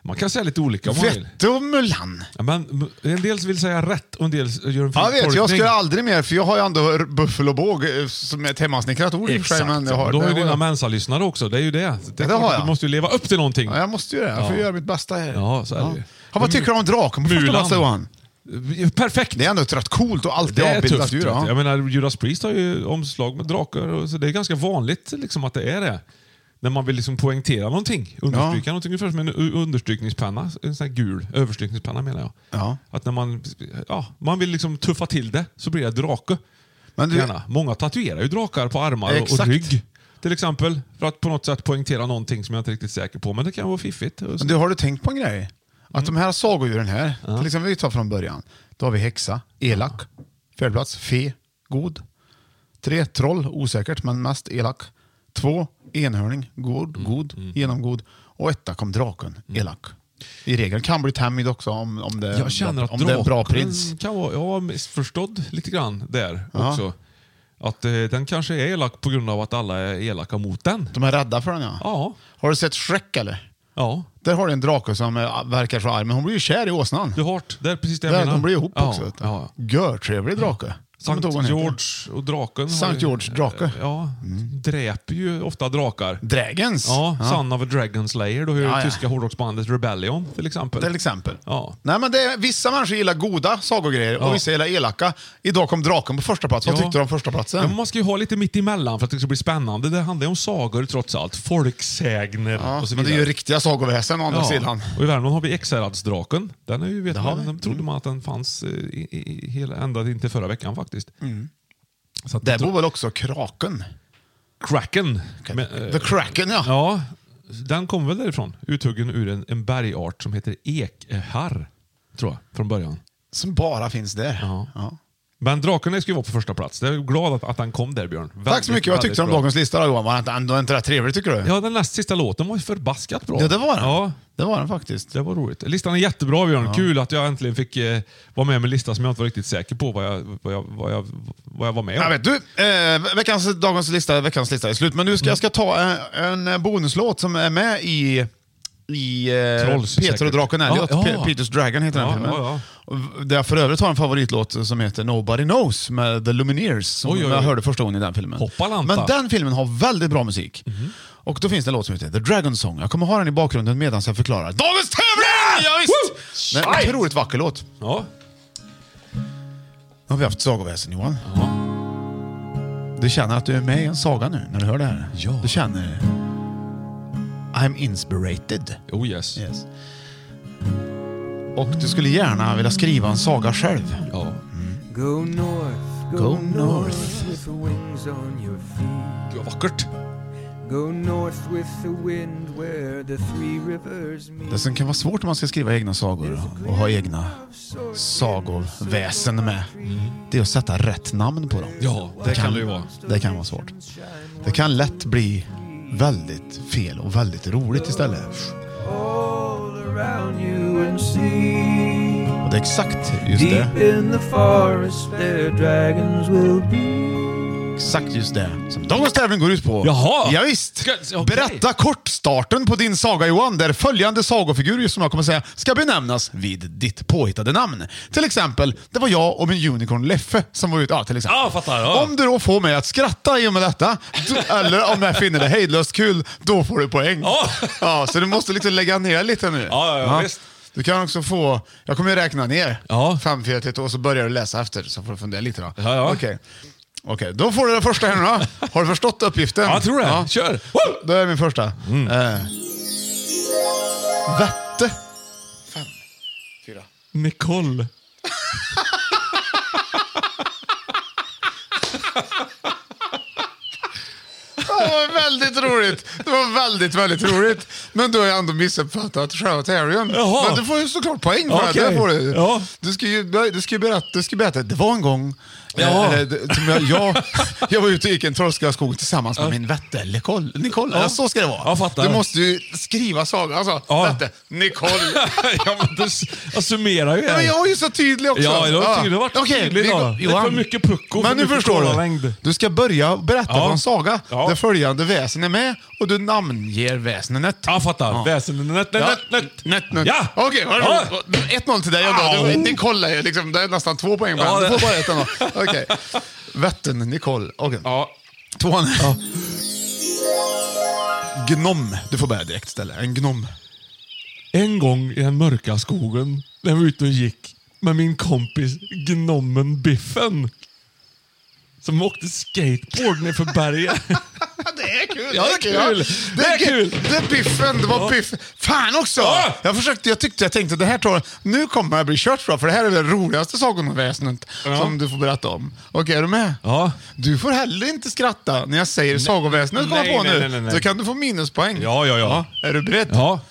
Speaker 1: Man kan säga lite olika om man vill.
Speaker 2: Vette och Mulan.
Speaker 1: Ja, men m- en del vill säga rätt och en del gör en
Speaker 2: Ja, jag vet, jag
Speaker 1: tolkning.
Speaker 2: skulle aldrig mer, för jag har ju ändå buffel och båg eh, som är ett hemmasnickrat ord i och för sig,
Speaker 1: Exakt.
Speaker 2: men jag har,
Speaker 1: Då har ju
Speaker 2: det
Speaker 1: dina Mensa-lyssnare också. Det är ju det. Så det är
Speaker 2: Ja, det har
Speaker 1: klart att Du
Speaker 2: jag.
Speaker 1: måste ju leva upp till någonting.
Speaker 2: Ja, jag måste ju det. Jag får göra mitt bästa här.
Speaker 1: Ja, så är det ju.
Speaker 2: Ja, vad tycker du om draken på första
Speaker 1: Mulan.
Speaker 2: plats Johan?
Speaker 1: Perfekt!
Speaker 2: Det är ändå ett rätt coolt och alltid
Speaker 1: Det är
Speaker 2: avbildat
Speaker 1: tufft.
Speaker 2: djur.
Speaker 1: vet
Speaker 2: ja.
Speaker 1: du. Jag menar, Judas Priest har ju omslag med drakar, och så det är ganska vanligt liksom, att det är det. När man vill liksom poängtera någonting, understryka
Speaker 2: Ja.
Speaker 1: någonting ungefär som en u- understrykningspenna. En sån här gul överstrykningspenna menar jag.
Speaker 2: Ja.
Speaker 1: Att när man, ja, man vill liksom tuffa till det så blir det drake.
Speaker 2: Men du-
Speaker 1: Gärna. Många tatuerar ju drakar på armar och- och
Speaker 2: Exakt.
Speaker 1: rygg. Till exempel. För att på något sätt poängtera någonting som jag inte är riktigt säker på. Men det kan vara fiffigt. Och så-
Speaker 2: Men du, har du tänkt på en grej? Att de här sagodjuren här, till exempel vi tar från början. Då har vi häxa, elak, färdplats, fe, god. Tre, troll, osäkert men mest elak. Två, enhörning, god,
Speaker 1: Mm.
Speaker 2: god, genomgod. Och etta kom draken, elak. I regel kan bli tämjd också om, om, det,
Speaker 1: Jag känner att
Speaker 2: Ehm, om det är en bra
Speaker 1: draken
Speaker 2: prins.
Speaker 1: kan vara, jag var missförstådd lite grann där också. Att eh, den kanske är elak på grund av att alla är elaka mot den.
Speaker 2: De är rädda för den ja.
Speaker 1: Ja.
Speaker 2: Har du sett Shrek eller?
Speaker 1: Ja.
Speaker 2: Där har du en drake som eh, verkar så arg, men hon blir ju kär i åsnan.
Speaker 1: Du har hört. Det är precis det jag
Speaker 2: Där,
Speaker 1: menar.
Speaker 2: de blir ihop
Speaker 1: ja,
Speaker 2: också.
Speaker 1: Ja.
Speaker 2: Görtrevlig drake. Kommer inte ihåg vad
Speaker 1: Sankt
Speaker 2: hon heter.
Speaker 1: George och draken. har
Speaker 2: Sankt
Speaker 1: ju-
Speaker 2: George Mm. drake.
Speaker 1: Ja, dräper ju ofta drakar.
Speaker 2: Dragons.
Speaker 1: Ja, Son of a Dragon Slayer. Då har ju
Speaker 2: Ja, liksom- ja.
Speaker 1: tyska hårdrocksbandet Rebellion till exempel.
Speaker 2: Till exempel.
Speaker 1: Ja.
Speaker 2: Nej, men det, är- vissa människor gillar goda sagogrejer
Speaker 1: Ja.
Speaker 2: och vissa gillar elaka. Idag kom draken på första plats. Vad
Speaker 1: Ja.
Speaker 2: tyckte du om första platsen?
Speaker 1: Ja, men man ska ju ha lite mitt emellan för att det ska bli spännande. Det handlar ju om sagor trots allt. Folksägner
Speaker 2: Ja,
Speaker 1: och så
Speaker 2: men
Speaker 1: vidare.
Speaker 2: det är ju riktiga sagoväsen å andra
Speaker 1: Ja.
Speaker 2: sidan.
Speaker 1: Och I Värmland har vi Ekshäradsdraken. Den, är ju, vet
Speaker 2: Det har
Speaker 1: man,
Speaker 2: vi. Mm.
Speaker 1: den trodde man att den fanns eh, i, i, i, hela, ända in till förra veckan faktiskt. Så att,
Speaker 2: Mm. Där bor väl också kraken?
Speaker 1: Kraken. Men, eh,
Speaker 2: The Kraken ja.
Speaker 1: ja, den kom väl därifrån. Uthuggen ur en, en bergart som heter ekhärr, tror jag, från början.
Speaker 2: Som bara finns där.
Speaker 1: Ja.
Speaker 2: Ja.
Speaker 1: Men draken ska ju vara på första plats. Jag är glad att, att han kom där, Björn.
Speaker 2: Tack
Speaker 1: Väldigt,
Speaker 2: så mycket. Vad
Speaker 1: väldigt
Speaker 2: tyckte du om
Speaker 1: bra.
Speaker 2: dagens lista då Johan? Var det inte- ändå inte rätt trevlig tycker du?
Speaker 1: Ja, den näst sista låten var ju förbaskat bra.
Speaker 2: Ja, det var den.
Speaker 1: Ja,
Speaker 2: Det var den faktiskt.
Speaker 1: det var roligt. Listan är jättebra, Björn. Kul att jag äntligen fick eh, vara med med en lista som jag inte var riktigt säker på vad jag, vad jag, vad jag, vad jag var med om.
Speaker 2: Ja, vet du, eh, veckans, dagens lista, veckans lista är slut, men
Speaker 1: Mm.
Speaker 2: nu ska jag ska ta eh, en, en bonuslåt som är med i, i eh,
Speaker 1: Trolls,
Speaker 2: Peter och
Speaker 1: säkert.
Speaker 2: draken
Speaker 1: Ja,
Speaker 2: Elliot.
Speaker 1: ja.
Speaker 2: Pe- Peter's Dragon heter
Speaker 1: Ja,
Speaker 2: den filmen.
Speaker 1: ja, ja.
Speaker 2: Och v- Där jag för övrigt har en favoritlåt som heter Nobody Knows med The Lumineers, som
Speaker 1: Oj, oj, oj.
Speaker 2: jag hörde första gången i den filmen.
Speaker 1: Hoppalanta.
Speaker 2: Men den filmen har väldigt bra musik.
Speaker 1: Mhm.
Speaker 2: Och då finns det en låt som heter The Dragon Song. Jag kommer ha den i bakgrunden medan jag förklarar. Dagens tävling! Ja, visst!
Speaker 1: Woo!
Speaker 2: Det är en otroligt vacker låt.
Speaker 1: Ja.
Speaker 2: Nu har vi haft sagoväsen Johan. Du känner att du är med i en saga nu när du hör det här?
Speaker 1: Ja.
Speaker 2: Du känner... I'm inspirated.
Speaker 1: Oh yes.
Speaker 2: Yes. Och du skulle gärna vilja skriva en saga själv.
Speaker 1: Ja.
Speaker 5: Go north, go,
Speaker 2: Go
Speaker 5: north,
Speaker 2: north.
Speaker 5: with the wings on your feet.
Speaker 1: Det var vackert.
Speaker 5: Go north with the wind where the three rivers meet.
Speaker 2: Det som kan vara svårt om man ska skriva egna sagor och- och ha egna sagoväsen med, det är att sätta rätt namn på dem.
Speaker 1: Ja, det kan det ju vara.
Speaker 2: Det kan vara svårt. Det kan lätt bli väldigt fel och väldigt roligt istället.
Speaker 5: All around you and see.
Speaker 2: Och det är exakt just det.
Speaker 5: Deep in the forest there dragons will be.
Speaker 2: Exakt just det som dagens tävling går ut på.
Speaker 1: Jaha!
Speaker 2: Ja, visst.
Speaker 1: Ska- okej.
Speaker 2: Berätta kort starten på din saga Johan, där följande sagofigur som jag kommer säga ska benämnas vid ditt påhittade namn. Till exempel, det var jag och min unicorn Leffe som var ute. Ja, till exempel.
Speaker 1: Ja, fattar, ja.
Speaker 2: Om du då får mig att skratta i och med detta, du, eller om jag finner det hejdlöst kul, då får du poäng.
Speaker 1: Ja.
Speaker 2: Ja, så du måste liksom lägga ner lite nu.
Speaker 1: Ja, ja, ja, visst.
Speaker 2: Du kan också få, jag kommer ju räkna ner
Speaker 1: Ja.
Speaker 2: fram till ett och så börjar du läsa efter, så får du fundera lite då.
Speaker 1: Ja, ja.
Speaker 2: Okej. Okej, då får du den första här nu då. Har du förstått uppgiften?
Speaker 1: Ja, jag tror det. Kör! Woo! Mm.
Speaker 2: Då är min första. Eh, Vätte. Fem. Fyra.
Speaker 1: Nicole.
Speaker 2: Det var väldigt roligt. Det var väldigt, väldigt roligt. Men du har ju ändå missuppfattat själva tävlingen.
Speaker 1: Jaha.
Speaker 2: Men du får ju såklart poäng för det.
Speaker 1: Okej.
Speaker 2: det. Får du.
Speaker 1: Ja.
Speaker 2: Du, ska ju, du, ska ju berätta, du ska berätta, det var en gång eh,
Speaker 1: Ja.
Speaker 2: eh, det- som jag, jag, jag var ute och gick i en trollskog tillsammans med min vätte Nicole. Nicole.
Speaker 1: Ja.
Speaker 2: Ja. Så ska det vara.
Speaker 1: Jag fattar.
Speaker 2: Du måste ju skriva sagan. Alltså,
Speaker 1: Ja.
Speaker 2: vätte,
Speaker 1: <laughs>
Speaker 2: Nicole.
Speaker 1: <laughs> ja, men du, s- jag summerar ju
Speaker 2: Ja, men
Speaker 1: här.
Speaker 2: jag är ju så tydlig också.
Speaker 1: Ja, jag tycker du har varit
Speaker 2: Okej,
Speaker 1: tydlig
Speaker 2: vi
Speaker 1: idag.
Speaker 2: går-
Speaker 1: Det är
Speaker 2: Johan.
Speaker 1: för mycket pucko, för
Speaker 2: Men nu
Speaker 1: mycket
Speaker 2: förstår
Speaker 1: kolalängd.
Speaker 2: du. Du ska börja berätta
Speaker 1: Ja.
Speaker 2: på en saga
Speaker 1: Ja.
Speaker 2: där följande väsen är med och du namnger väsenet.
Speaker 1: Ja, jag fattar. Väsen... Nött, nött, nött.
Speaker 2: Nött, nött.
Speaker 1: Ja!
Speaker 2: Okej, vad
Speaker 1: Ja.
Speaker 2: roligt. 1-0 till dig
Speaker 1: Au.
Speaker 2: ändå. Du- Ni kollar ju. Liksom, det är nästan två poäng på
Speaker 1: Ja,
Speaker 2: ja, Du
Speaker 1: det-
Speaker 2: får bara ett ändå. Okej. Vättern, Nicole. Okej.
Speaker 1: Ja.
Speaker 2: Tvåan. Gnom. Du får börja direkt istället. En gnom.
Speaker 1: En gång i den mörka skogen när jag var ute och gick med min kompis Gnommen Biffen. Som åkte skateboard ner för berget.
Speaker 2: <laughs> Det är kul!
Speaker 1: Ja, det är kul.
Speaker 2: Det är kul! Det är biffen, det var
Speaker 1: Ja.
Speaker 2: biff. Fan också!
Speaker 1: Ja.
Speaker 2: Jag försökte, jag tyckte, jag tänkte det här tar, nu kommer jag bli kört bra för det här är det roligaste sagan om väsendet som du får berätta om. Okej, är du med?
Speaker 1: Ja.
Speaker 2: Du får heller inte skratta när jag säger sagoväsendet kommer
Speaker 1: Nej,
Speaker 2: på
Speaker 1: nej,
Speaker 2: nu.
Speaker 1: nej, nej, nej.
Speaker 2: Då kan du få minuspoäng.
Speaker 1: Ja, ja, ja.
Speaker 2: Är du beredd?
Speaker 1: Ja.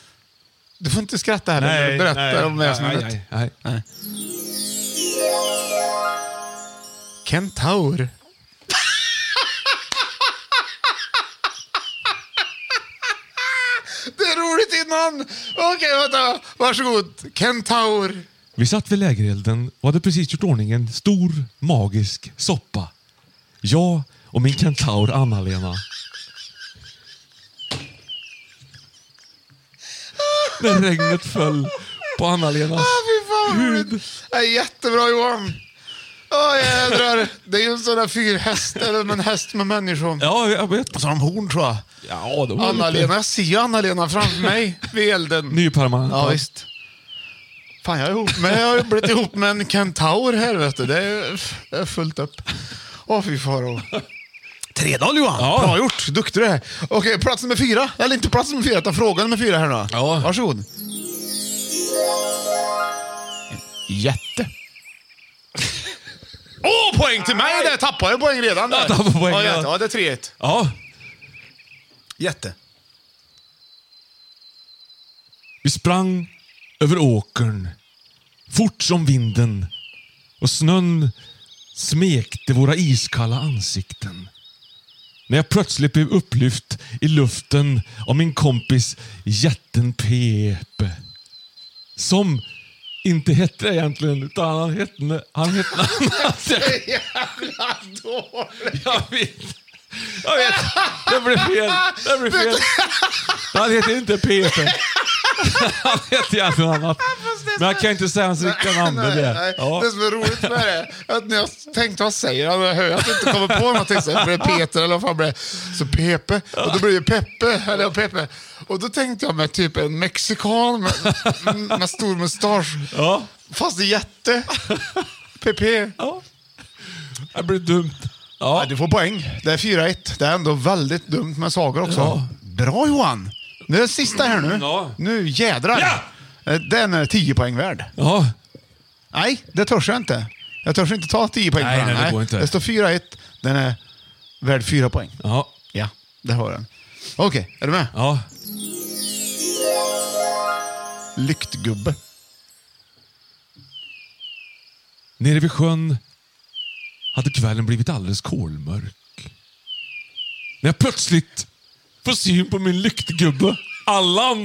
Speaker 2: Du får inte skratta heller när du berättar om väsendet.
Speaker 1: nej, nej, nej.
Speaker 2: Kentaur. Det är roligt innan! Okej, vänta. Varsågod. Kentaur.
Speaker 1: Vi satt vid lägerelden och hade precis gjort ordning en stor, magisk soppa. Jag och min kentaur Anna-Lena. när regnet föll på Anna-Lenas
Speaker 2: Ah, fy fan vad
Speaker 1: hud.
Speaker 2: roligt. Ja, Jättebra Johan. Åh jädrar. Det är ju en sån där fyrhäst, eller en häst med människor.
Speaker 1: Ja, jag vet.
Speaker 2: Och så har de horn tror jag.
Speaker 1: Ja, det var
Speaker 2: Anna-Lena,
Speaker 1: lite-
Speaker 2: jag ser ju Anna-Lena framför mig vid elden.
Speaker 1: Nypermanent.
Speaker 2: Ja, visst. Fan, jag, är ihop med, jag har ju blivit ihop med en kentaur här vet du. Det är, det är fullt upp. Åh fy faro. 3-0 Johan.
Speaker 1: Ja.
Speaker 2: Bra gjort. Duktig du är. Okej, plats nummer fyra. Eller inte plats nummer fyra, utan fråga nummer fyra här nu.
Speaker 1: Ja.
Speaker 2: Varsågod. Jätte. Åh, poäng till mig! Där tappade jag poäng redan. Där.
Speaker 1: Jag tappade poäng,
Speaker 2: ja, jätte.
Speaker 1: ja.
Speaker 2: ja, det är 3-1.
Speaker 1: Ja,
Speaker 2: Jätte.
Speaker 1: vi sprang över åkern, fort som vinden och snön smekte våra iskalla ansikten. När jag plötsligt blev upplyft i luften av min kompis jätten Pepe. Som inte hette det egentligen, utan han hette, han hette något annat.
Speaker 2: Jävla dåligt.
Speaker 1: Jag vet. Jag vet. Det blev fel. Det blev fel. Han heter inte Peter. Han heter egentligen annat. Men jag kan inte säga hans riktiga namn. Det är
Speaker 2: nej.
Speaker 1: det. Ja.
Speaker 2: Det som är roligt med det är att när jag tänkte vad säger han? Jag hör att jag inte kommer på någonting. Så blir det Peter eller vad fan blir det? Så Pepe. Och då blir det Peppe. Eller Pepe. Och då tänkte jag med typ en mexikan med, med stor mustasch.
Speaker 1: Ja.
Speaker 2: Fast det är jätte. Pepe.
Speaker 1: ja. Det blir dumt. Ja.
Speaker 2: Ja, du får poäng. Det är 4-1. Det är ändå väldigt dumt med sagor också.
Speaker 1: Ja.
Speaker 2: Bra Johan! Nu är det sista här nu.
Speaker 1: Ja.
Speaker 2: Nu jädrar. Eh, Den är 10 poäng värd.
Speaker 1: Ja.
Speaker 2: Nej, det törs jag inte. Jag törs inte ta 10 poäng
Speaker 1: Nej,
Speaker 2: på den.
Speaker 1: nej, det går inte.
Speaker 2: Det står 4-1. Den är värd 4 poäng.
Speaker 1: Ja.
Speaker 2: Ja, det har den. Okej, är du med?
Speaker 1: Ja.
Speaker 2: Lyktgubbe.
Speaker 1: Nere vid sjön hade kvällen blivit alldeles kolmörk. När jag plötsligt får syn på min lyktgubbe Allan.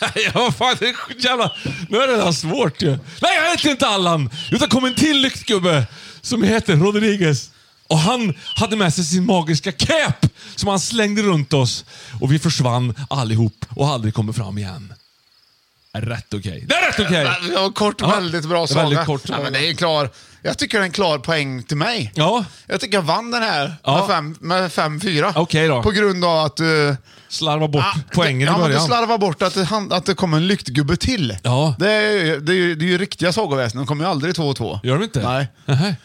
Speaker 1: Nej, vad fan, det är sj- jävla... Nu är det redan svårt ju. Nej, jag heter inte Allan! Utan kom en till lyktgubbe som heter Rodriguez. Och han hade med sig sin magiska cap som han slängde runt oss. Och vi försvann allihop och aldrig kommer fram igen. Är Rätt okej. Det är rätt okej!
Speaker 2: Det var kort,
Speaker 1: Ja,
Speaker 2: väldigt bra
Speaker 1: det är
Speaker 2: saga.
Speaker 1: väldigt kort
Speaker 2: ja,
Speaker 1: saga.
Speaker 2: men det är en klar. Jag tycker det är en klar poäng till mig.
Speaker 1: Ja,
Speaker 2: Jag tycker jag vann den här
Speaker 1: Ja.
Speaker 2: med fem- med 5-4.
Speaker 1: Okej då.
Speaker 2: På grund av att du...
Speaker 1: slarva bort
Speaker 2: Ah,
Speaker 1: poängen
Speaker 2: det,
Speaker 1: i
Speaker 2: ja, men
Speaker 1: början.
Speaker 2: Du slarvar bort att det, han, att det kom en lyktgubbe till.
Speaker 1: Ja.
Speaker 2: Det, är, ju- det, är, ju- det är ju riktiga sagoväsen. De kommer ju aldrig två och två.
Speaker 1: Gör de inte?
Speaker 2: Nej.
Speaker 1: Nähä.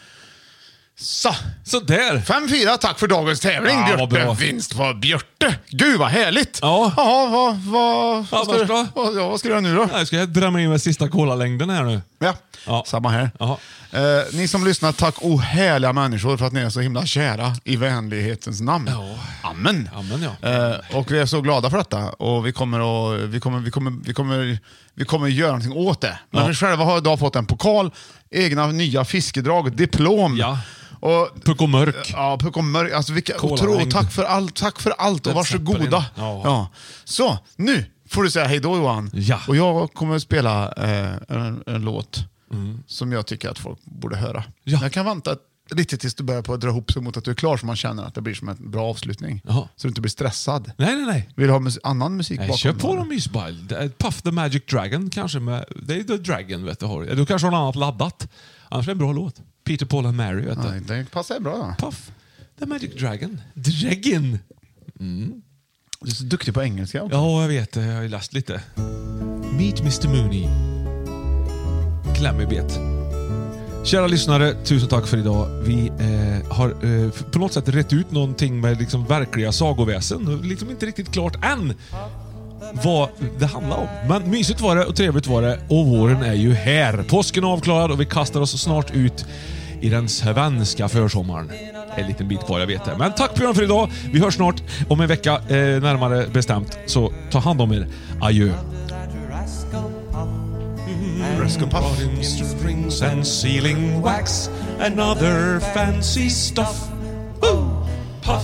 Speaker 2: Så,
Speaker 1: Sådär.
Speaker 2: 5-4 tack för dagens tävling.
Speaker 1: Ja, vad
Speaker 2: Björte,
Speaker 1: bra.
Speaker 2: vinst på Björte. Gud vad härligt.
Speaker 1: Ja.
Speaker 2: Jaha, vad, vad, vad, ska,
Speaker 1: Annars
Speaker 2: du-
Speaker 1: då?
Speaker 2: vad, ja, vad ska du göra nu då?
Speaker 1: Nej, ska jag drämma in med sista kolalängden här nu?
Speaker 2: Ja.
Speaker 1: Ja.
Speaker 2: Samma här.
Speaker 1: Ja.
Speaker 2: Eh, ni som lyssnar, tack o härliga människor för att ni är så himla kära i vänlighetens namn.
Speaker 1: Ja.
Speaker 2: Amen.
Speaker 1: Amen, ja.
Speaker 2: Eh, och vi är så glada för detta och vi kommer, att, vi kommer, vi kommer, vi kommer, vi kommer göra någonting åt det. Men
Speaker 1: Ja.
Speaker 2: vi själva har idag fått en pokal, egna nya fiskedrag, diplom.
Speaker 1: Ja.
Speaker 2: Och
Speaker 1: Puck och mörk.
Speaker 2: Ja, puck och mörk. Alltså vilka
Speaker 1: Kola,
Speaker 2: otro,
Speaker 1: ringde.
Speaker 2: tack för allt, tack för allt och
Speaker 1: Led Zeppelin.
Speaker 2: varsågoda.
Speaker 1: Ja.
Speaker 2: Så, nu får du säga hej då Johan.
Speaker 1: Ja.
Speaker 2: Och jag kommer att spela eh, en, en låt som jag tycker att folk borde höra.
Speaker 1: Mm. Ja.
Speaker 2: Jag kan vänta lite tills du börjar på att dra ihop sig mot att du är klar så man känner att det blir som en bra avslutning.
Speaker 1: Jaha.
Speaker 2: Så du inte blir stressad.
Speaker 1: Nej, nej, nej.
Speaker 2: Vill du ha mus- annan musik
Speaker 1: nej
Speaker 2: bakom?
Speaker 1: kör på
Speaker 2: då?
Speaker 1: dem mysbile. Det är Puff the Magic Dragon kanske. Med, det är The Dragon vet du. Har. Eller Du kanske har något annat laddat. Annars är det en bra låt. Peter, Paul and Mary vet du.
Speaker 2: Nej, det passar bra. Då.
Speaker 1: Puff the Magic Dragon. Dragon!
Speaker 2: Du är så duktig på engelska. också.
Speaker 1: Ja, jag vet. det. Jag har ju läst lite. Meet Mr Mooney. Klämmig bet. Kära lyssnare, tusen tack för idag. Vi eh, har eh, f- på något sätt rätt ut någonting med liksom verkliga sagoväsen. Liksom inte riktigt klart än vad det handlar om. Men mysigt var det och trevligt var det och våren är ju här. Påsken är avklarad och vi kastar oss snart ut i den svenska försommaren. En liten bit kvar, jag vet det. Men tack Björn för idag. Vi hörs snart om en vecka eh, närmare bestämt. Så ta hand om er. Adjö.
Speaker 2: Rascal Puff.
Speaker 1: strings and sealing wax and other fancy stuff. Woo! Puff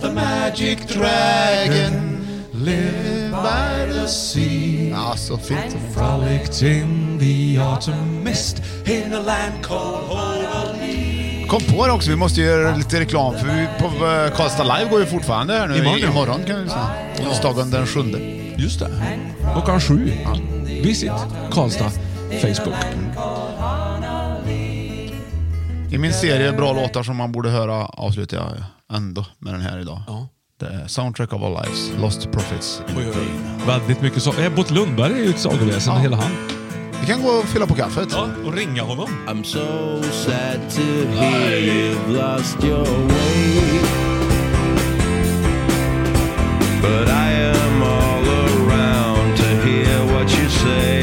Speaker 1: the magic dragon live by the sea.
Speaker 2: Ja, så fint.
Speaker 1: Frolicked in the autumn mist in a land called Holy.
Speaker 2: Kom på det också, vi måste göra lite reklam för vi på eh, Karlstad Live går ju fortfarande här nu
Speaker 1: Imorgon, ja.
Speaker 2: imorgon kan vi säga. Onsdagen den sjunde.
Speaker 1: Just det. Klockan sju. Visit Karlstad Facebook.
Speaker 2: I min serie Bra låtar som man borde höra avslutar jag ändå med den här idag.
Speaker 1: Ja.
Speaker 2: Det är Soundtrack of Our Lives, Lost Profits. in the Dream.
Speaker 1: Väldigt mycket så. Ebbot Lundberg är ju ett sagoväsen,
Speaker 2: Ja.
Speaker 1: hela han.
Speaker 2: Vi kan gå och fylla på kaffet.
Speaker 1: Ja, och ringa honom.
Speaker 4: I'm so sad to hear you've lost your way. But I am all around to hear what you say.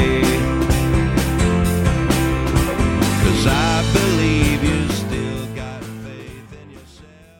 Speaker 4: Cause I believe you still got faith in yourself.